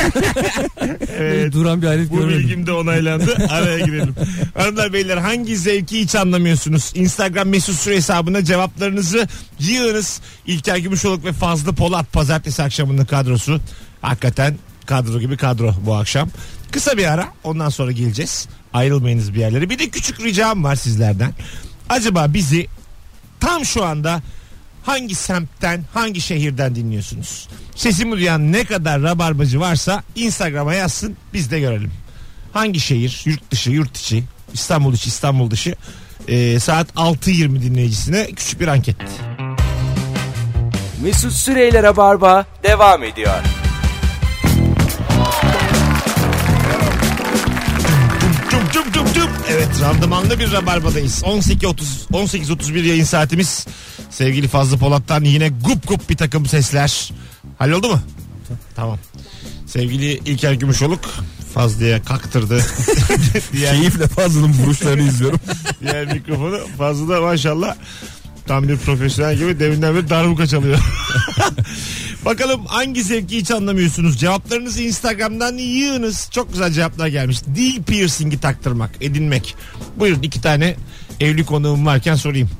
Speaker 2: Evet,
Speaker 4: Duran bir alet
Speaker 2: bu
Speaker 4: görmedim.
Speaker 2: bilgim de onaylandı. Araya girelim. Hanımlar beyler hangi zevki hiç anlamıyorsunuz? Instagram mesut süre hesabına cevaplarınızı yığınız. İlker Gümüşoluk ve Fazlı Polat pazartesi akşamının kadrosu. Hakikaten kadro gibi kadro bu akşam. Kısa bir ara ondan sonra geleceğiz. Ayrılmayınız bir yerlere. Bir de küçük ricam var sizlerden. Acaba bizi tam şu anda hangi semtten, hangi şehirden dinliyorsunuz? Sesimi duyan ne kadar rabarbacı varsa Instagram'a yazsın biz de görelim. Hangi şehir, yurt dışı, yurt içi, İstanbul içi, İstanbul dışı e, saat 6.20 dinleyicisine küçük bir anket.
Speaker 1: Mesut Süreyler'e barba devam ediyor.
Speaker 2: Tüm tüm tüm tüm. Evet randımanlı bir rabarbadayız. 18.30 18.31 yayın saatimiz. Sevgili Fazlı Polat'tan yine gup gup bir takım sesler. Halloldu mu? Tamam. Sevgili İlker Gümüşoluk Fazlı'ya kaktırdı. diğer,
Speaker 3: Keyifle Fazlı'nın vuruşlarını izliyorum.
Speaker 2: diğer mikrofonu. Fazlı da maşallah tam bir profesyonel gibi deminden beri darbuka çalıyor. Bakalım hangi zevki hiç anlamıyorsunuz. Cevaplarınızı Instagram'dan yığınız. Çok güzel cevaplar gelmiş. Dil piercingi taktırmak, edinmek. Buyurun iki tane evli konuğum varken sorayım.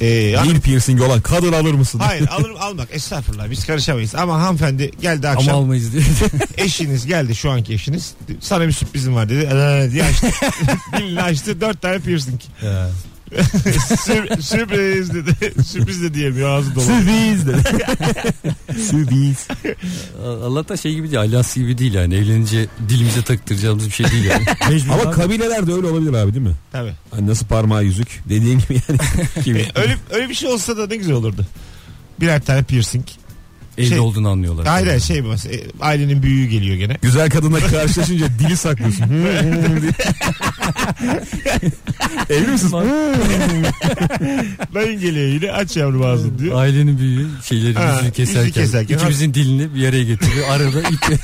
Speaker 2: Ee, hanım-
Speaker 3: Dil piercing olan kadın alır mısın?
Speaker 2: hayır alırım almak estağfurullah biz karışamayız. Ama hanımefendi geldi
Speaker 4: Ama
Speaker 2: akşam
Speaker 4: almayız diye.
Speaker 2: eşiniz geldi şu anki eşiniz. Sana bir sürprizim var dedi. Ee, diye açtı. Dilini açtı dört tane piercing.
Speaker 3: Ya.
Speaker 2: Sür- sürpriz dedi. sürpriz de diyemiyor ağzı dolu.
Speaker 3: Sürpriz dedi. Sürpriz.
Speaker 4: Allah'tan şey gibi değil. Alyans gibi değil yani. Evlenince dilimize taktıracağımız bir şey değil yani.
Speaker 3: Ama kabilelerde öyle olabilir abi değil mi?
Speaker 2: Tabii.
Speaker 3: Hani nasıl parmağı yüzük dediğin gibi yani. Kimi?
Speaker 2: Öyle, öyle bir şey olsa da ne güzel olurdu. Birer tane piercing.
Speaker 4: Evde
Speaker 2: Şey-
Speaker 4: olduğunu anlıyorlar.
Speaker 2: Hayır hayır, şey bu. e, Ailenin büyüğü geliyor gene.
Speaker 3: Güzel kadınla karşılaşınca dili saklıyorsun. Hı, hı diye. Evli misiniz?
Speaker 2: Dayın geliyor yine aç yavrum ağzını diyor.
Speaker 4: Ailenin büyüğü şeyleri
Speaker 2: Ha,
Speaker 4: yüzüğü keserken,
Speaker 2: yüzüğü keserken.
Speaker 4: ikimizin dilini bir araya getiriyor. Arada iki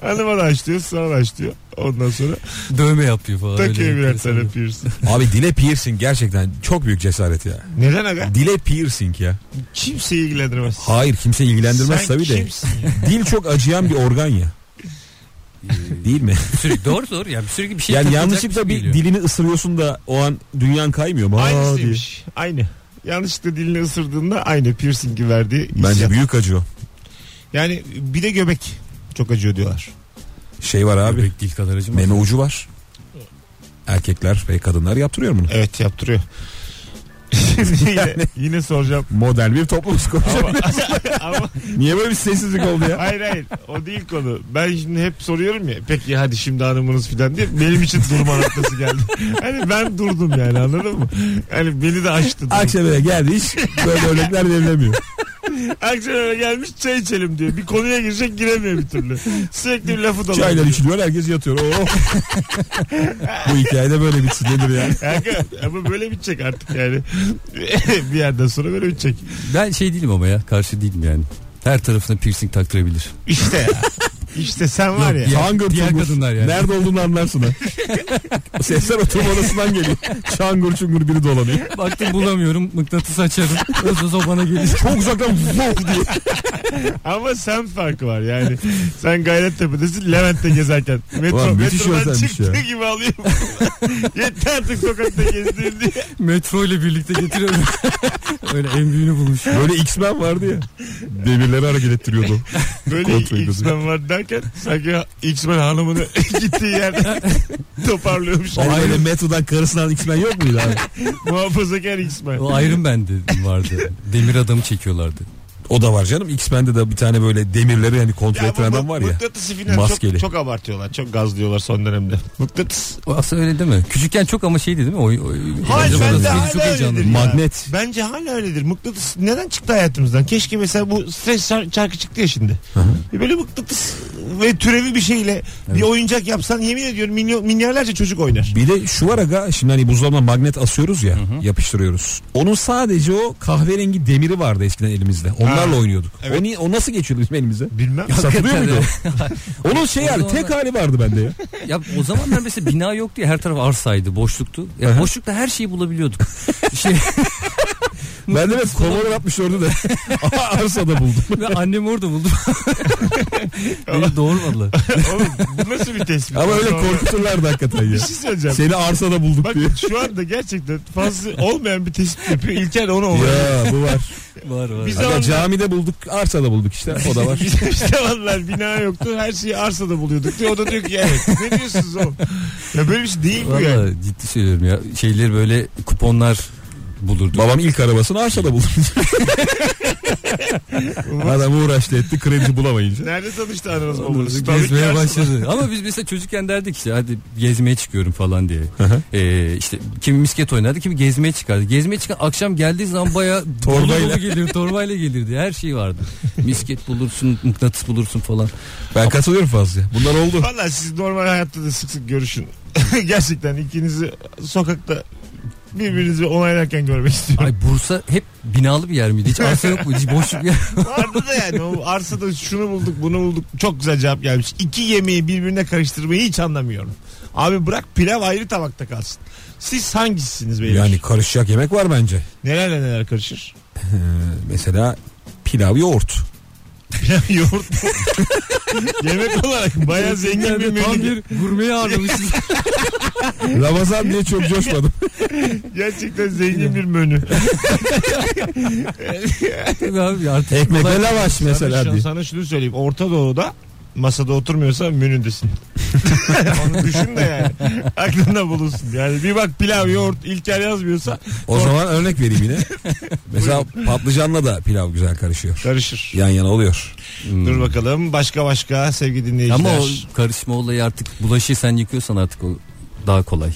Speaker 2: Hanıma da aç diyor sana da aç diyor. Ondan sonra
Speaker 4: dövme yapıyor falan.
Speaker 2: takıyor
Speaker 4: Öyle
Speaker 2: birer
Speaker 4: enteresan
Speaker 2: tane
Speaker 4: bir-
Speaker 2: piercing.
Speaker 3: Abi dile piercing gerçekten çok büyük cesaret ya.
Speaker 2: Neden aga?
Speaker 3: Dile piercing ya.
Speaker 2: Kimseyi ilgilendirmez.
Speaker 3: Hayır kimse ilgilendirmez
Speaker 2: Sen
Speaker 3: tabii de.
Speaker 2: kimsin ya?
Speaker 3: Dil çok acıyan bir organ ya. Değil mi?
Speaker 4: Sürekli, Ee, doğru doğru. Yani sürekli bir şey
Speaker 3: yani
Speaker 4: takılacak
Speaker 3: yanlışlıkla
Speaker 4: şey
Speaker 3: bir
Speaker 4: geliyor.
Speaker 3: dilini ısırıyorsun da o an dünyan kaymıyor mu? Aa diye.
Speaker 2: Aynısıymış. Aynı. yanlışlıkla dilini ısırdığında aynı piercingi verdiği
Speaker 3: Bence
Speaker 2: hissiyat.
Speaker 3: büyük acıyor.
Speaker 2: Yani bir de göbek çok acıyor diyorlar.
Speaker 3: Şey var abi.
Speaker 4: Bebek dil kadar acımaz.
Speaker 3: Meme ucu var. Erkekler ve kadınlar yaptırıyor bunu.
Speaker 2: Evet yaptırıyor. yine, yine soracağım.
Speaker 3: Modern bir toplumuz konuşuyor.
Speaker 2: Ama
Speaker 3: Niye böyle bir sessizlik oldu ya?
Speaker 2: hayır hayır o değil konu. Ben şimdi hep soruyorum ya. Peki hadi şimdi hanımınız filan diye benim için durma noktası geldi. Hani ben durdum yani anladın mı? Hani beni de açtı.
Speaker 3: Akşam eve geldi iş böyle örnekler verilemiyor.
Speaker 2: Akşam eve gelmiş çay içelim diyor. Bir konuya girecek giremiyor bir türlü. Sürekli bir lafı
Speaker 3: Çaylar
Speaker 2: dolanıyor.
Speaker 3: içiliyor herkes yatıyor. Oo. Bu hikayede böyle bitsin nedir yani?
Speaker 2: Kanka, ama böyle bitecek artık yani. bir yerden sonra böyle bitecek.
Speaker 4: Ben şey değilim ama ya karşı değilim yani. Her tarafına piercing taktırabilir.
Speaker 2: İşte ya. İşte sen var ya.
Speaker 3: Çangır
Speaker 4: diğer
Speaker 3: çungur.
Speaker 4: kadınlar yani.
Speaker 3: Nerede olduğunu anlarsın ha. Sesler oturma odasından geliyor. Çangır çungur biri dolanıyor.
Speaker 4: Baktım bulamıyorum mıknatıs açarım. Öz öz o bana gelir.
Speaker 3: Çok uzaktan vov diye.
Speaker 2: Ama sen farkı var yani. Sen Gayrettepe'desin Levent'te gezerken. Metro,
Speaker 3: Ulan müthiş
Speaker 2: metrodan
Speaker 3: özlenmiş
Speaker 2: çıktığı
Speaker 3: ya.
Speaker 2: gibi alıyor. Yeter artık sokakta gezdiğin diye.
Speaker 4: Metro ile birlikte getiriyorum. Öyle en büyüğünü bulmuş.
Speaker 3: Böyle X-Men vardı ya. Demirleri hareket ettiriyordu.
Speaker 2: Böyle
Speaker 3: Kontrol gözü.
Speaker 2: X-Men var derken sanki X-Men hanımını gittiği yerde toparlıyormuş.
Speaker 3: O aile metrodan karısından X-Men yok muydu abi?
Speaker 2: Muhafazakar X-Men.
Speaker 4: O Iron Man'de vardı. Demir adamı çekiyorlardı.
Speaker 3: O da var canım. X-Men'de de bir tane böyle demirleri hani kontrol
Speaker 2: Ya bu
Speaker 3: eden adam var ya.
Speaker 2: Mıknatısı filan
Speaker 3: Maskeli.
Speaker 2: çok, çok abartıyorlar. Çok gazlıyorlar son dönemde. Mıknatıs.
Speaker 4: O aslında öyle değil mi? Küçükken çok ama şeydi değil mi? Oy, oy,
Speaker 2: Hayır
Speaker 4: Bence
Speaker 2: bence
Speaker 4: orası
Speaker 2: hala
Speaker 4: beni çok
Speaker 2: öyledir
Speaker 4: heyecanlandı.
Speaker 2: ya.
Speaker 3: Magnet.
Speaker 2: Bence hala öyledir. Mıknatıs neden çıktı hayatımızdan? Keşke mesela bu stres şar- şarkı çıktı ya şimdi. E Böyle mıknatıs ve türevi bir şeyle bir oyuncak yapsan yemin ediyorum milyon, milyarlarca çocuk oynar.
Speaker 3: Bir de şu var aga şimdi hani buzdolabına magnet asıyoruz ya yapıştırıyoruz. Onun sadece o kahverengi demiri vardı eskiden elimizde. Onlarla
Speaker 2: Ha,
Speaker 3: oynuyorduk.
Speaker 2: evet.
Speaker 3: O, ni- o nasıl geçiyordu bizim elimize?
Speaker 2: Bilmem.
Speaker 3: Satılıyor
Speaker 4: Hakikaten
Speaker 3: muydu? o? Onun şey
Speaker 4: O
Speaker 3: yani
Speaker 4: zamanlar-
Speaker 3: tek hali vardı bende ya.
Speaker 4: Ya o zamanlar mesela bina yoktu ya her taraf arsaydı, boşluktu. Ya boşlukta her şeyi bulabiliyorduk. Şey,
Speaker 3: ben de hep komodo yapmış orada da arsada buldum.
Speaker 4: ve annem orada buldu. Beni doğurmadılar.
Speaker 2: Oğlum bu nasıl bir tespit?
Speaker 3: Ama öyle
Speaker 2: Doğru.
Speaker 3: korkuturlardı hakikaten ya.
Speaker 2: Bir şey söyleyeceğim.
Speaker 3: Seni arsada bulduk
Speaker 2: Bak
Speaker 3: diye.
Speaker 2: şu anda gerçekten fazla olmayan bir tespit yapıyor. İlker onu oluyor.
Speaker 3: Ya bu var.
Speaker 4: Var var.
Speaker 2: Biz-
Speaker 3: Aga,
Speaker 2: zamanlar-
Speaker 3: camide bulduk, arsada bulduk işte. O da var.
Speaker 2: Biz bir zamanlar bina yoktu. Her şeyi arsada buluyorduk diyor. O da diyor ki evet. Ne diyorsunuz oğlum? Ya böyle bir şey değil bu yani.
Speaker 4: Vallahi ciddi söylüyorum ya. Şeyleri böyle kuponlar bulurdu.
Speaker 3: Babam ilk arabasını arsada buldu. Adam uğraştı etti kredi bulamayınca.
Speaker 2: Nerede tanıştı ananız babanız? Tabii ki
Speaker 4: gezmeye
Speaker 2: arsada.
Speaker 4: başladı. Ama biz mesela çocukken derdik işte hadi gezmeye çıkıyorum falan diye. ee, işte kimi misket oynardı, kimi gezmeye çıkardı. Gezmeye çıkan akşam geldiği zaman baya
Speaker 3: Torbayla.
Speaker 4: torbayla dolu gelirdi, torbayla gelirdi. Her şey vardı. Misket bulursun, mıknatıs bulursun falan.
Speaker 3: Ben katılıyorum fazla. Bunlar oldu.
Speaker 2: Valla siz normal hayatta da sık sık görüşün. Gerçekten ikinizi sokakta birbirinizi onaylarken görmek istiyorum.
Speaker 4: Ay Bursa hep binalı bir yer miydi? Hiç arsa yok mu? Hiç boş bir yer.
Speaker 2: Vardı da yani o arsada şunu bulduk bunu bulduk çok güzel cevap gelmiş. İki yemeği birbirine karıştırmayı hiç anlamıyorum. Abi bırak pilav ayrı tabakta kalsın. Siz hangisiniz beyler?
Speaker 3: Yani karışacak yemek var bence.
Speaker 2: Nelerle neler karışır?
Speaker 3: Ee, mesela pilav yoğurt.
Speaker 2: Pilav yoğurt mu? Yemek olarak bayağı zengin bir
Speaker 4: Yani Tam
Speaker 2: menü.
Speaker 4: bir gurmeye ağırlamışsınız.
Speaker 3: Ramazan diye çok coşmadım.
Speaker 2: Gerçekten zengin bir menü.
Speaker 4: Tabii abi artık.
Speaker 3: Ekmek
Speaker 4: Ulan-
Speaker 3: ve lavaş mesela
Speaker 2: sana,
Speaker 3: diye.
Speaker 2: şu- sana şunu söyleyeyim. Orta Doğu'da masada oturmuyorsa menüdesin. Onu düşün de yani. Aklında bulunsun. Yani bir bak pilav, yoğurt, İlker yazmıyorsa
Speaker 3: O zaman örnek vereyim yine. mesela patlıcanla da pilav güzel karışıyor.
Speaker 2: karışır.
Speaker 3: Yan yana oluyor.
Speaker 4: Hmm.
Speaker 2: Dur bakalım başka başka sevgili dinleyiciler.
Speaker 4: Ama o karışma olayı artık bulaşığı sen yıkıyorsan artık o daha kolay.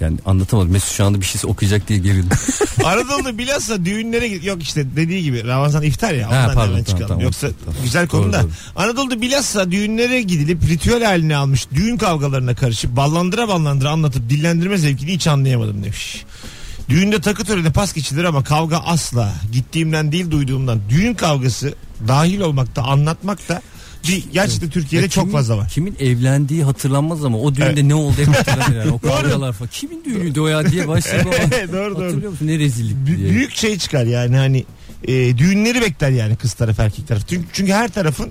Speaker 4: Yani anlatamadım. Mesut şu anda bir şey okuyacak diye gerildim.
Speaker 2: Anadolu'da bilhassa düğünlere git. Yok işte dediği gibi Ramazan iftar ya.
Speaker 4: Ha,
Speaker 2: Ondan
Speaker 4: pardon,
Speaker 2: hemen
Speaker 4: tamam,
Speaker 2: çıkalım.
Speaker 4: tamam.
Speaker 2: Yoksa
Speaker 4: Tamam.
Speaker 2: güzel konu
Speaker 4: Doğru,
Speaker 2: da.
Speaker 4: doğru.
Speaker 2: Anadolu'da bilhassa düğünlere gidilip ritüel haline almış düğün kavgalarına karışıp ballandıra ballandıra anlatıp dillendirme zevkini hiç anlayamadım demiş. Düğünde takı töreni pas geçilir ama kavga asla. Gittiğimden değil duyduğumdan. Düğün kavgası dahil olmakta anlatmakta bir gerçekten Türkiye'de
Speaker 4: Ya
Speaker 2: çok
Speaker 4: E, kimin-
Speaker 2: fazla var.
Speaker 4: Kimin evlendiği hatırlanmaz ama o düğünde
Speaker 2: Evet.
Speaker 4: ne oldu hep hatırlamıyor. yani. O kavgalar falan. Kimin düğünüydü o ya diye başlayıp ama
Speaker 2: doğru doğru.
Speaker 4: hatırlıyor musun ne rezillik
Speaker 2: Bü-
Speaker 4: diye.
Speaker 2: büyük şey çıkar yani hani e, düğünleri bekler yani kız tarafı erkek tarafı. Çünkü, çünkü her tarafın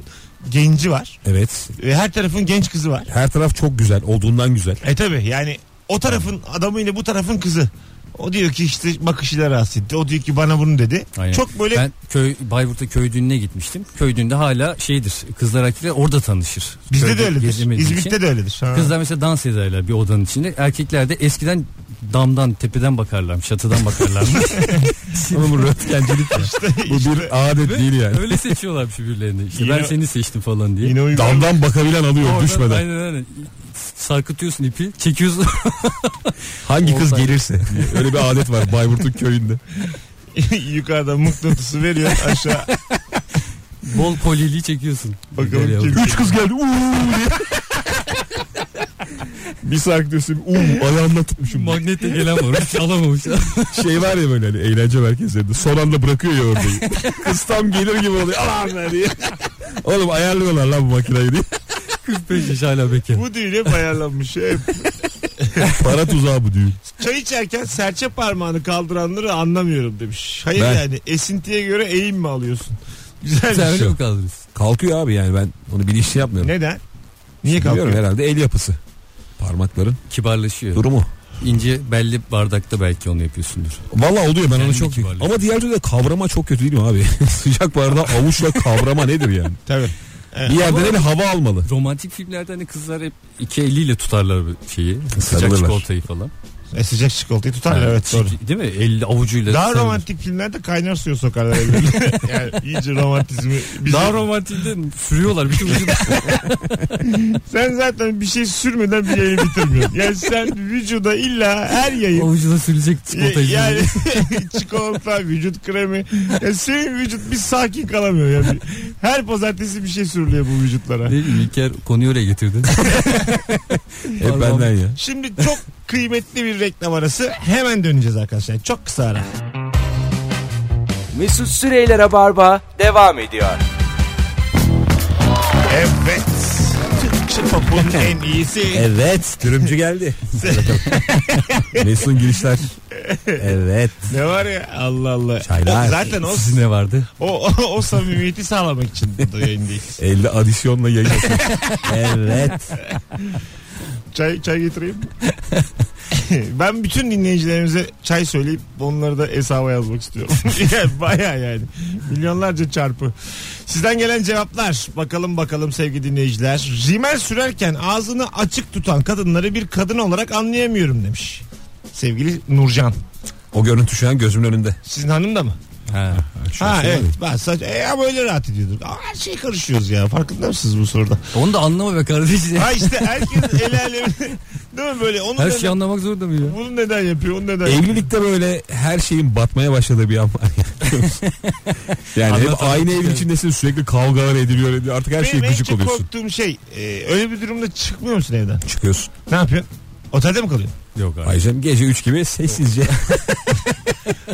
Speaker 2: genci var.
Speaker 3: Evet.
Speaker 2: E, her tarafın genç kızı var.
Speaker 3: Her taraf çok güzel. Olduğundan güzel.
Speaker 2: E tabi yani o tarafın adamıyla bu tarafın kızı. O diyor ki işte bakışıyla rahatsız etti. O diyor ki bana bunu dedi.
Speaker 4: Aynen.
Speaker 2: Çok böyle
Speaker 4: Ben köy Bayburt'ta köy düğününe gitmiştim. Köy düğünde hala şeydir. Kızlar erkekler orada tanışır.
Speaker 2: bizde
Speaker 4: Köyde
Speaker 2: de öyledir.
Speaker 4: gezemediği için.
Speaker 2: İzmit'te de öyledir. Ha.
Speaker 4: Kızlar mesela dans ederler bir odanın içinde. Erkekler de eskiden damdan, tepeden bakarlarmış, çatıdan bakarlarmış.
Speaker 3: Ama bu röntgencilik ya. Bu bir adet değil yani.
Speaker 4: Öyle seçiyorlarmış birbirlerini. İşte
Speaker 2: Yine-
Speaker 4: ben seni seçtim falan diye.
Speaker 2: Yine uygun.
Speaker 3: Damdan bakabilen alıyor
Speaker 4: Oradan-
Speaker 3: düşmeden.
Speaker 4: Aynen aynen. Sarkıtıyorsun ipi, çekiyorsun.
Speaker 3: Hangi kız
Speaker 4: Olsaydı.
Speaker 3: gelirse. diye. Öyle bir adet var Bayburt'un köyünde.
Speaker 2: Yukarıda mıknatısı veriyor aşağı.
Speaker 4: Bol kolyeliği çekiyorsun.
Speaker 2: Bakalım kim.
Speaker 3: Üç kız geldi. Uuu diye. bir sarkıyorsun. Uuu ayağımla tutmuşum.
Speaker 4: Magnete gelen varmış, alamamış.
Speaker 3: şey var ya böyle hani eğlence merkezlerinde son anda bırakıyor ya ördeği. Kız tam gelir gibi oluyor. Aman be diye. Oğlum ayarlıyorlar lan bu makineyi diye.
Speaker 4: 45 yaş hala bekar.
Speaker 2: Bu düğün hep ayarlanmış. Hep.
Speaker 3: Para tuzağı bu düğün.
Speaker 2: Çay içerken serçe parmağını kaldıranları anlamıyorum demiş. Hayır
Speaker 3: Ben-
Speaker 2: yani esintiye göre eğim mi alıyorsun? Güzel. şey.
Speaker 4: Sen öyle
Speaker 3: Şu.
Speaker 4: mi kaldırırsın?
Speaker 3: Kalkıyor abi yani ben onu bilinçli yapmıyorum.
Speaker 2: Neden? Niye
Speaker 3: Biliyorum
Speaker 2: kalkıyor?
Speaker 3: herhalde el yapısı. Parmakların
Speaker 4: Kibarlaşıyor.
Speaker 3: durumu.
Speaker 4: İnce belli bardakta belki onu yapıyorsundur.
Speaker 3: Valla oluyor ben
Speaker 4: Kendini
Speaker 3: onu çok
Speaker 4: kibarlıyor.
Speaker 3: Ama diğer türlü de kavrama çok kötü değil mi abi? Sıcak bardağı avuçla kavrama nedir yani?
Speaker 2: Tabii.
Speaker 3: Bir yerden el hava almalı.
Speaker 4: Romantik filmlerde hani kızlar hep iki eliyle tutarlar bir şeyi. Sıcak
Speaker 3: Sarılırlar.
Speaker 4: çikolatayı falan.
Speaker 2: E, sıcak çikolatayı tutarlar
Speaker 4: Yani
Speaker 2: evet doğru.
Speaker 4: çünkü- Değil mi? Elli avucuyla.
Speaker 2: Daha
Speaker 4: sarılır.
Speaker 2: romantik filmlerde kaynar suya sokarlar ellerini. yani iyice romantizmi. bize-
Speaker 4: Daha romantikte sürüyorlar bütün vücudu.
Speaker 2: Sen zaten bir şey sürmeden bir yayını bitirmiyorsun. Yani sen vücuda illa her yayın.
Speaker 4: avucuna sürülecek çikolatayı.
Speaker 2: yani çikolata, vücut kremi. Ya senin vücut bir sakin kalamıyor. Yani. Her pazartesi bir şey sürülüyor bu vücutlara.
Speaker 4: Ne bileyim, İlker konuyu oraya getirdin.
Speaker 3: Hep benden ya.
Speaker 2: Şimdi çok kıymetli bir reklam arası. Hemen döneceğiz arkadaşlar. Çok kısa ara.
Speaker 1: Mesut Süreyler'e barba devam ediyor.
Speaker 2: Evet. Türkçe popun en iyisi.
Speaker 3: Evet. Dürümcü geldi. Mesut'un girişler. Evet.
Speaker 2: Ne var ya Allah Allah.
Speaker 3: Çaylar.
Speaker 2: O- zaten o,
Speaker 4: Sizin ne vardı?
Speaker 2: o, o, o samimiyeti sağlamak için burada yayındayız.
Speaker 3: Elde adisyonla yayın yapıyor. Evet.
Speaker 2: Çay, çay getireyim. mi? ben bütün dinleyicilerimize çay söyleyip onları da hesaba yazmak istiyorum. yani Baya yani. Milyonlarca çarpı. Sizden gelen cevaplar. Bakalım bakalım sevgili dinleyiciler. Rimel sürerken ağzını açık tutan kadınları bir kadın olarak anlayamıyorum demiş. Sevgili Nurcan.
Speaker 3: O görüntü şu an gözümün önünde.
Speaker 2: Sizin hanım da mı?
Speaker 4: Ha.
Speaker 3: Şu an
Speaker 2: Ha
Speaker 3: söyleyeyim.
Speaker 2: evet. Ben sadece e, ama öyle rahat ediyordur. Ama her şey karışıyoruz ya. Farkında mısınız bu soruda?
Speaker 4: Onu da anlama be kardeşim.
Speaker 2: ha işte herkes el alem. Değil mi böyle? Onun
Speaker 4: Her
Speaker 2: neden-
Speaker 3: şey-
Speaker 4: şeyi anlamak zorunda mı ya?
Speaker 2: Bunu neden yapıyor? Onu neden yapıyor?
Speaker 3: Evlilikte böyle her şeyin batmaya başladığı bir an var. ya. yani hep
Speaker 4: Anlatan-
Speaker 3: aynı evin içindesin sürekli kavgalar ediliyor. ediliyor. Artık her şey
Speaker 2: Benim en
Speaker 3: gıcık
Speaker 2: çok
Speaker 3: oluyorsun.
Speaker 2: korktuğum şey e, öyle bir durumda çıkmıyor musun evden?
Speaker 3: Çıkıyorsun.
Speaker 2: Ne yapıyorsun? Otelde mi kalıyorsun?
Speaker 4: Yok abi.
Speaker 3: Ayrıca gece 3 gibi sessizce.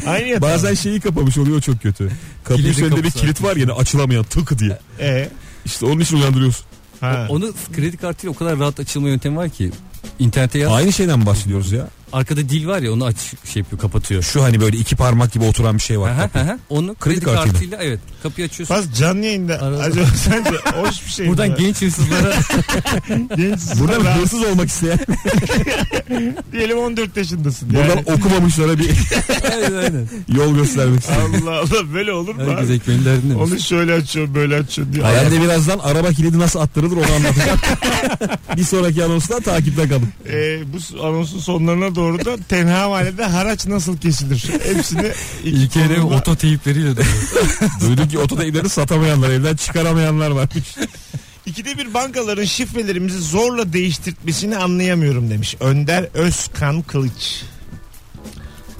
Speaker 2: Aynı yatağa.
Speaker 3: Bazen şeyi kapamış oluyor çok kötü. Kapının
Speaker 4: Kilidi
Speaker 3: üzerinde bir
Speaker 4: kapısı
Speaker 3: kilit var yani açılamayan tık diye.
Speaker 2: E,
Speaker 3: İşte onun için uyandırıyorsun.
Speaker 2: ha.
Speaker 4: Onu kredi kartıyla o kadar rahat açılma yöntemi var ki. İnternete yaz.
Speaker 3: Aynı şeyden mi bahsediyoruz ya?
Speaker 4: Arkada dil var ya onu aç şey yapıyor kapatıyor.
Speaker 3: Şu hani böyle iki parmak gibi oturan bir şey var.
Speaker 4: Aha, aha. Onu kredi,
Speaker 3: Kredi kartıyla.
Speaker 4: kartıyla. evet kapıyı açıyorsun.
Speaker 2: Bas canlı yayında.
Speaker 4: Arada.
Speaker 2: Acaba sence hoş bir şey mi?
Speaker 4: Buradan genç hırsızlara
Speaker 2: genç.
Speaker 3: Burada bir
Speaker 2: Rahat-
Speaker 3: hırsız olmak isteyen.
Speaker 2: Diyelim 14 yaşındasın.
Speaker 3: Buradan
Speaker 2: Yani.
Speaker 3: okumamışlara bir
Speaker 4: aynen aynen.
Speaker 3: yol göstermek isteyen.
Speaker 2: Allah Allah böyle olur mu?
Speaker 4: Herkes
Speaker 2: abi?
Speaker 4: ekmeğin derdinde.
Speaker 2: Onu şöyle açıyor böyle açıyor diyor.
Speaker 3: Ben de birazdan araba kilidi nasıl attırılır onu anlatacağım. bir sonraki anonsla takipte kalın.
Speaker 2: Ee, bu anonsun sonlarına doğru da tenha mahallede haraç nasıl kesilir? Hepsini iki
Speaker 4: İlk kere
Speaker 2: kolumla-
Speaker 4: oto teyipleriyle dönüyor.
Speaker 3: Duyduk ki otoda evleri satamayanlar, evden çıkaramayanlar varmış.
Speaker 2: İkide bir bankaların şifrelerimizi zorla değiştirtmesini anlayamıyorum demiş. Önder Özkan Kılıç.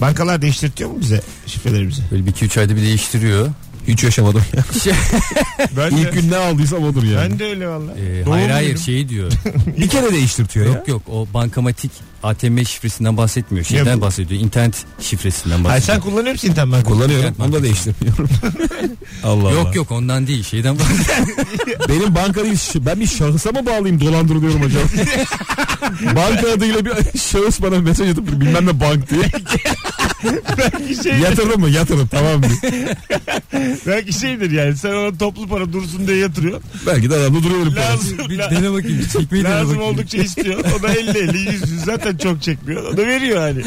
Speaker 2: Bankalar değiştirtiyor mu bize şifrelerimizi?
Speaker 4: Böyle bir iki üç ayda bir değiştiriyor.
Speaker 3: Hiç yaşamadım.
Speaker 4: Ee,
Speaker 2: Ben
Speaker 3: İlk gün ne aldıysam odur yani.
Speaker 2: ben de öyle valla.
Speaker 4: Ee,
Speaker 2: Doğru
Speaker 4: hayır
Speaker 2: mu
Speaker 4: hayır
Speaker 2: dedim?
Speaker 4: şeyi diyor.
Speaker 3: Bir kere değiştirtiyor ya.
Speaker 4: yok yok o bankamatik ATM şifresinden bahsetmiyor. Şeyden
Speaker 2: bu?
Speaker 4: bahsediyor. İnternet şifresinden
Speaker 2: Hayır
Speaker 4: bahsediyor.
Speaker 2: sen kullanıyor musun internet bankası?
Speaker 3: Kullanıyorum onu da değiştirmiyorum. Allah Allah.
Speaker 4: Yok yok ondan değil şeyden bahsediyor.
Speaker 3: Benim banka değil ş- ben bir şahısa mı bağlayayım dolandırılıyorum acaba? banka adıyla bir şahıs bana mesaj atıp bilmem ne bank diye.
Speaker 2: belki, şey,
Speaker 3: Yatırdım mı? Yatırdım tamam diye.
Speaker 2: belki şeydir yani sen ona toplu para dursun diye yatırıyor.
Speaker 3: Belki de adamda duruyorum.
Speaker 2: Lazım,
Speaker 4: bir
Speaker 2: la-
Speaker 4: dene bakayım bir çekmeyi dene
Speaker 2: lazım
Speaker 4: bakayım.
Speaker 2: oldukça istiyor. O da 50 50 100 100 zaten çok çekmiyor. O da veriyor hani.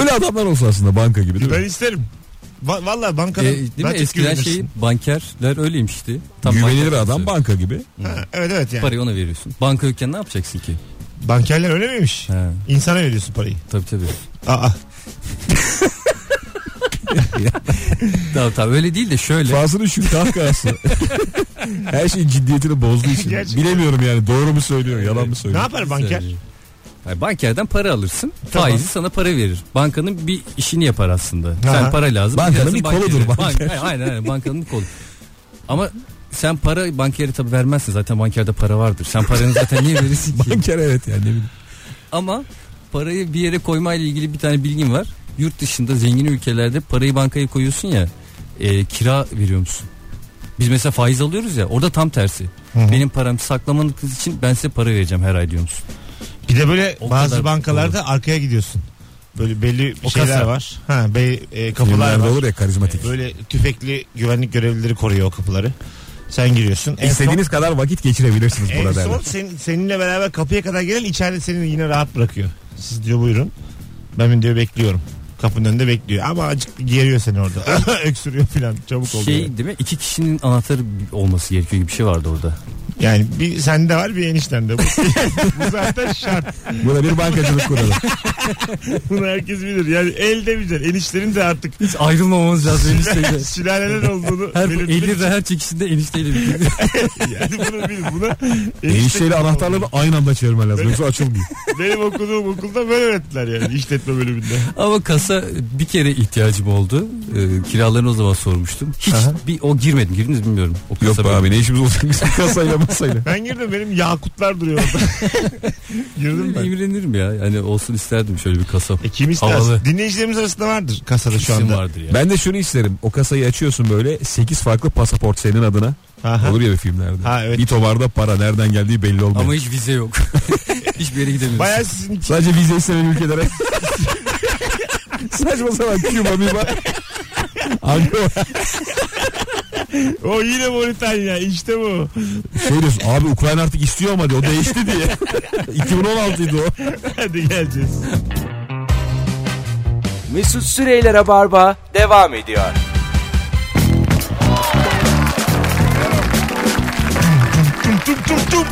Speaker 3: Öyle adamlar olsa aslında banka gibi değil
Speaker 2: Ben
Speaker 3: mi?
Speaker 2: isterim. Va- Valla
Speaker 4: E,
Speaker 2: bankadan
Speaker 4: değil mi?
Speaker 2: daha çok
Speaker 4: Eskiden
Speaker 2: güvenirsin.
Speaker 4: şey bankerler öyleymişti.
Speaker 3: Güvenilir
Speaker 4: banker
Speaker 3: adam
Speaker 4: olsa.
Speaker 3: banka gibi.
Speaker 2: Ha, evet evet yani.
Speaker 4: Parayı ona veriyorsun. Banka yokken ne yapacaksın ki?
Speaker 2: Bankerler öyle miymiş?
Speaker 4: He,
Speaker 2: İnsana veriyorsun parayı.
Speaker 4: tabii tabii.
Speaker 2: Aa.
Speaker 4: Tamam tamam öyle değil de şöyle.
Speaker 3: Fazlının şu kahkahası. Her şeyin ciddiyetini bozduğu için.
Speaker 2: Gerçekten.
Speaker 3: Bilemiyorum yani doğru mu söylüyor yalan mı
Speaker 2: Ne
Speaker 3: söylüyor.
Speaker 2: yapar banker?
Speaker 4: Ee, Yani bankerden para alırsın.
Speaker 2: Tamam.
Speaker 4: Faizi sana para verir. Bankanın bir işini yapar aslında. Sen para lazım.
Speaker 3: Bankanın
Speaker 4: gidersin
Speaker 3: bir
Speaker 4: bankere.
Speaker 3: koludur
Speaker 4: Bank-
Speaker 3: banker.
Speaker 4: Aynen, aynen aynen bankanın bir kolu. Ama sen para bankere tabii vermezsin zaten bankerde para vardır. Sen paranı zaten niye verirsin ki?
Speaker 3: Banker evet yani ne bileyim.
Speaker 4: Ama parayı bir yere koymayla ilgili bir tane bilgim var. Yurt dışında zengin ülkelerde parayı bankaya koyuyorsun ya e, kira veriyor musun? Biz mesela faiz alıyoruz ya orada tam tersi.
Speaker 2: hı.
Speaker 4: Benim param saklamanız için ben size para vereceğim her ay diyor musun?
Speaker 2: Bir de böyle
Speaker 4: O
Speaker 2: bazı
Speaker 4: kadar
Speaker 2: bankalarda arkaya gidiyorsun. Böyle belli
Speaker 4: O
Speaker 2: şeyler
Speaker 4: kasa.
Speaker 2: var. Ha, be, e, kapılar
Speaker 3: Filmlerde
Speaker 2: var.
Speaker 3: olur ya karizmatik.
Speaker 2: Böyle tüfekli güvenlik görevlileri koruyor o kapıları. Sen giriyorsun. En son-
Speaker 3: İstediğiniz kadar vakit geçirebilirsiniz
Speaker 2: En
Speaker 3: burada
Speaker 2: son
Speaker 3: derler.
Speaker 2: sen- seninle beraber kapıya kadar gelen içeride seni yine rahat bırakıyor. Siz diyor buyurun. Ben diyor bekliyorum. Kapının önünde bekliyor. Ama acık geriyor seni orada. Öksürüyor filan. Çabuk oluyor.
Speaker 4: Şey değil mi? İki kişinin anahtarı olması gerekiyor gibi bir şey vardı orada.
Speaker 2: Yani bir sende var bir eniştende. Bu, bu zaten şart.
Speaker 3: Buna bir bankacılık kuralı.
Speaker 2: Bunu herkes bilir. Yani el demeyeceksin. Enişlerin de artık
Speaker 4: Hiç ayrılmamamız lazım enişteyle.
Speaker 2: sülaleden olduğunu
Speaker 4: Her
Speaker 2: belirtilir.
Speaker 4: eli ve her çekişinde enişteyle birlikte.
Speaker 2: Yani bunu bil. Buna
Speaker 3: Enişteyle anahtarları aynı anda çevirmen lazım. Yoksa açılmıyor.
Speaker 2: Benim okuduğum okulda böyle öğrettiler yani işletme bölümünde.
Speaker 4: Ama kasa bir kere ihtiyacım oldu. Ee, kiralarını o zaman sormuştum. Hiç
Speaker 2: Aha.
Speaker 4: bir o girmedim. Girdiniz mi bilmiyorum. O kasa
Speaker 3: Yok be
Speaker 4: bölümü.
Speaker 3: abi ne işimiz olacak bizim kasayla masayla.
Speaker 2: Ben girdim benim yakutlar duruyor orada. Girdim ben.
Speaker 4: İmrenirim ya. Yani olsun isterdim şöyle bir kasa.
Speaker 2: E kim ister?
Speaker 4: Havalı.
Speaker 2: Dinleyicilerimiz arasında vardır kasada şu
Speaker 4: Kesin
Speaker 2: anda.
Speaker 4: vardır ya.
Speaker 3: Ben de şunu isterim. O kasayı açıyorsun böyle 8 farklı pasaport senin adına.
Speaker 2: Aha.
Speaker 3: Olur ya bir filmlerde.
Speaker 2: Ha, evet.
Speaker 3: Bir tobarda para nereden geldiği belli olmuyor.
Speaker 4: Ama hiç vize yok. Hiçbir yere gidemiyorsun.
Speaker 2: Bayağı sizin
Speaker 3: Sadece vize istemeyen ülkelere. Saçma sapan Küba bir bak. Anlıyor.
Speaker 2: o yine Moritanya işte bu.
Speaker 3: Şey diyorsun abi Ukrayna artık istiyor ama diyor. O değişti diye. 2016'ydı o.
Speaker 2: Hadi geleceğiz.
Speaker 1: Mesut Süreyler'e barba devam ediyor.
Speaker 2: Tum tum tum tum.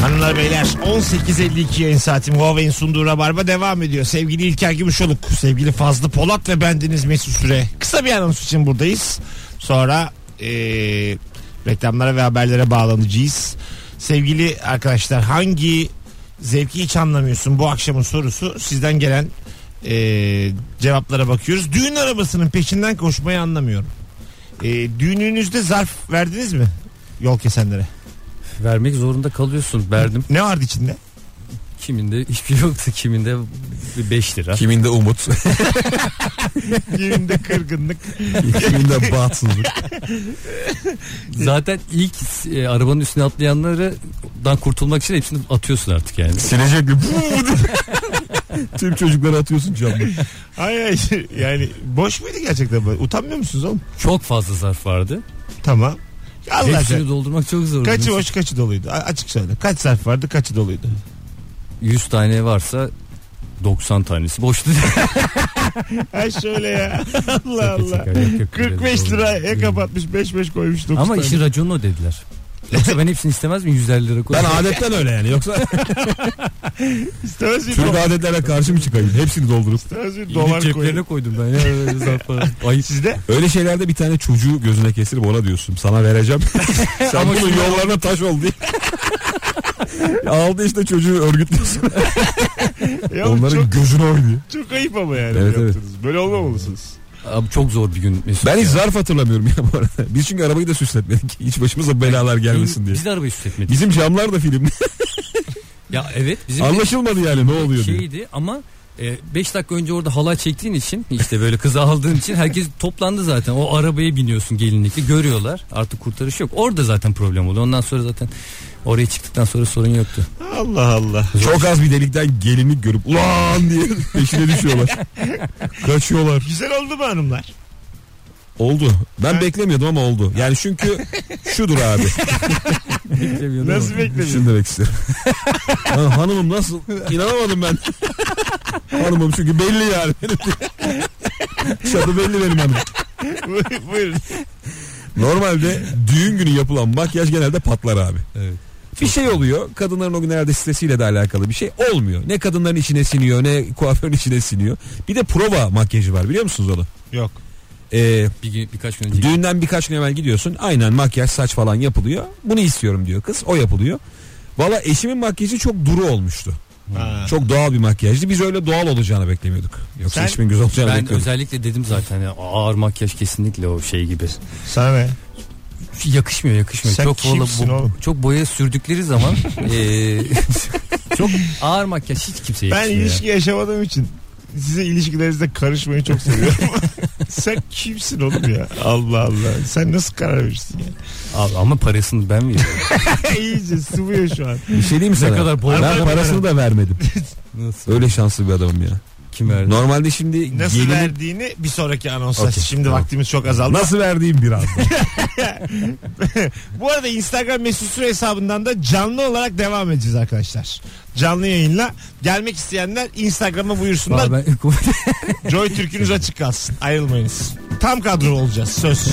Speaker 2: Hanımlar beyler 18.52 yayın saati Huawei'in sunduğu Rabarba devam ediyor. Sevgili İlker Gümüşoluk, sevgili Fazlı Polat ve bendeniz Mesut Süre. Kısa bir anons için buradayız. Sonra eee, reklamlara ve haberlere bağlanacağız. Sevgili arkadaşlar hangi zevki hiç anlamıyorsun bu akşamın sorusu sizden gelen eee, cevaplara bakıyoruz. Düğün arabasının peşinden koşmayı anlamıyorum. Eee, düğününüzde zarf verdiniz mi yol kesenlere?
Speaker 4: Vermek zorunda kalıyorsun. Verdim.
Speaker 2: Ne vardı içinde?
Speaker 4: Kiminde hiçbir yoktu. Kiminde 5 lira.
Speaker 3: Kiminde umut,
Speaker 2: Yerinde kırgınlık.
Speaker 3: kiminde bahtsızlık.
Speaker 4: Zaten ilk e, arabanın üstüne atlayanlardan kurtulmak için hepsini atıyorsun artık yani.
Speaker 3: Silecek gibi. Tüm çocukları atıyorsun camdan.
Speaker 2: Ay ay yani boş muydu gerçekten böyle? Utanmıyor musunuz oğlum?
Speaker 4: Çok fazla zarf vardı.
Speaker 2: Tamam. Allah
Speaker 4: Hepsini
Speaker 2: aşkına.
Speaker 4: doldurmak çok zor.
Speaker 2: Kaçı boş kaçı doluydu? A- Açık söyle. Kaç zarf vardı kaçı doluydu?
Speaker 4: 100 tane varsa 90 tanesi boştu.
Speaker 2: Ay şöyle ya. Allah Allah.
Speaker 4: Yok, şey yok, yok.
Speaker 2: 45 lira e kapatmış 5 5 koymuş 9
Speaker 4: Ama işin raconu o dediler. Yoksa ben hepsini istemez mi 150 lira koy.
Speaker 3: Ben adetten öyle yani. Yoksa
Speaker 2: istemez bir,
Speaker 3: Türk
Speaker 2: do-
Speaker 3: adetlere karşı mı çıkayım? Hepsini doldurup.
Speaker 2: istemez bir
Speaker 4: İlginç
Speaker 2: dolar
Speaker 4: ceplerine
Speaker 2: koyuyor.
Speaker 4: koydum ben ya öyle zarf falan. Ay
Speaker 2: Sizde?
Speaker 3: Öyle şeylerde bir tane çocuğu gözüne kestirip ona diyorsun. Sana vereceğim. Sen
Speaker 4: Ama
Speaker 3: bunun
Speaker 4: şimdi-
Speaker 3: yollarına taş ol diye. Aldı işte çocuğu örgütlüyorsun.
Speaker 2: Ya oğlum
Speaker 3: Onların
Speaker 2: çok,
Speaker 3: gözüne oynuyor.
Speaker 2: çok ayıp ama yani.
Speaker 3: Evet,
Speaker 2: bu yaptığınız. Böyle olmamalısınız.
Speaker 4: abi çok zor bir gün Mesut.
Speaker 3: Ben hiç
Speaker 4: ya.
Speaker 3: zarf hatırlamıyorum ya bu arada. Biz çünkü arabayı da süsletmedik. Hiç başımıza belalar gelmesin diye.
Speaker 4: Biz de arabayı süsletmedik.
Speaker 3: Bizim camlar da film.
Speaker 4: Ya evet bizim Şey- de
Speaker 3: Anlaşılmadı yani ne oluyor diye.
Speaker 4: şeydi ama 5 dakika önce orada halay çektiğin için işte böyle kızı aldığın için herkes toplandı zaten. O arabaya biniyorsun gelinlikle görüyorlar. Artık kurtarış yok. Orada zaten problem oluyor. Ondan sonra zaten oraya çıktıktan sonra sorun yoktu.
Speaker 2: Allah Allah.
Speaker 3: Çok az bir delikten gelinlik görüp ulan diye peşine düşüyorlar. Kaçıyorlar.
Speaker 2: Güzel oldu mu hanımlar?
Speaker 3: Oldu. Ben
Speaker 2: Ha?
Speaker 3: beklemiyordum ama oldu. Yani çünkü şudur abi.
Speaker 2: Nasıl
Speaker 3: Şunu
Speaker 2: beklemiyordun?
Speaker 3: demek isterim. Lan hanımım nasıl? İnanamadım ben. Hanımım çünkü belli yani benim. Şadı belli benim hanım.
Speaker 2: Buyur- Buyurun.
Speaker 3: Normalde düğün günü yapılan makyaj genelde patlar abi. Bir şey oluyor. Kadınların o gün herhalde stresiyle de alakalı bir şey olmuyor. Ne kadınların içine siniyor ne kuaförün içine siniyor. Bir de prova makyajı var biliyor musunuz onu?
Speaker 2: Yok.
Speaker 3: Ee,
Speaker 4: Bir gün, birkaç gün önce.
Speaker 3: düğünden birkaç gün evvel gidiyorsun. Aynen makyaj saç falan yapılıyor. Bunu istiyorum diyor kız. O yapılıyor. Valla eşimin makyajı çok duru olmuştu.
Speaker 2: Ha.
Speaker 3: Çok doğal bir makyajdı. Biz öyle doğal olacağını beklemiyorduk. Yoksa
Speaker 2: Sen-
Speaker 3: eşimin güzel olacağını
Speaker 4: ben
Speaker 3: bekliyorduk.
Speaker 4: özellikle dedim zaten ya, ağır makyaj kesinlikle o şey gibi.
Speaker 2: Sana ne?
Speaker 4: Yakışmıyor yakışmıyor.
Speaker 2: Sen
Speaker 4: çok valla
Speaker 2: kimsin oğlum?
Speaker 4: çok boya sürdükleri zaman eee, çok ağır makyaj hiç kimseye
Speaker 2: Ben
Speaker 4: yakışmıyor. ya.
Speaker 2: ilişki yaşamadığım için size ilişkilerinizde karışmayı çok seviyorum. Sen kimsin oğlum ya? Allah Allah. Sen nasıl karar verirsin ya?
Speaker 4: Abi Ama parasını ben veriyorum.
Speaker 2: İyice sıvıyor şu an.
Speaker 3: Bir şey diyeyim mi sana?
Speaker 4: kadar boy-
Speaker 3: ben parasını da vermedim.
Speaker 4: Nasıl?
Speaker 3: Öyle şanslı bir adamım ya.
Speaker 4: Kim verdi?
Speaker 3: Normalde şimdi
Speaker 2: Nasıl
Speaker 3: gelinin-
Speaker 2: verdiğini bir sonraki anonsa.
Speaker 3: Okey,
Speaker 2: Şimdi
Speaker 3: tamam.
Speaker 2: vaktimiz çok azaldı.
Speaker 3: nasıl verdiğim biraz.
Speaker 2: Bu arada Instagram mesut süre hesabından da canlı olarak devam edeceğiz arkadaşlar. Canlı yayınla. Gelmek isteyenler Instagram'a buyursunlar.
Speaker 4: Vallahi ben
Speaker 2: Joy Türk'ünüz açık kalsın. Ayrılmayınız. Tam kadro olacağız. Söz.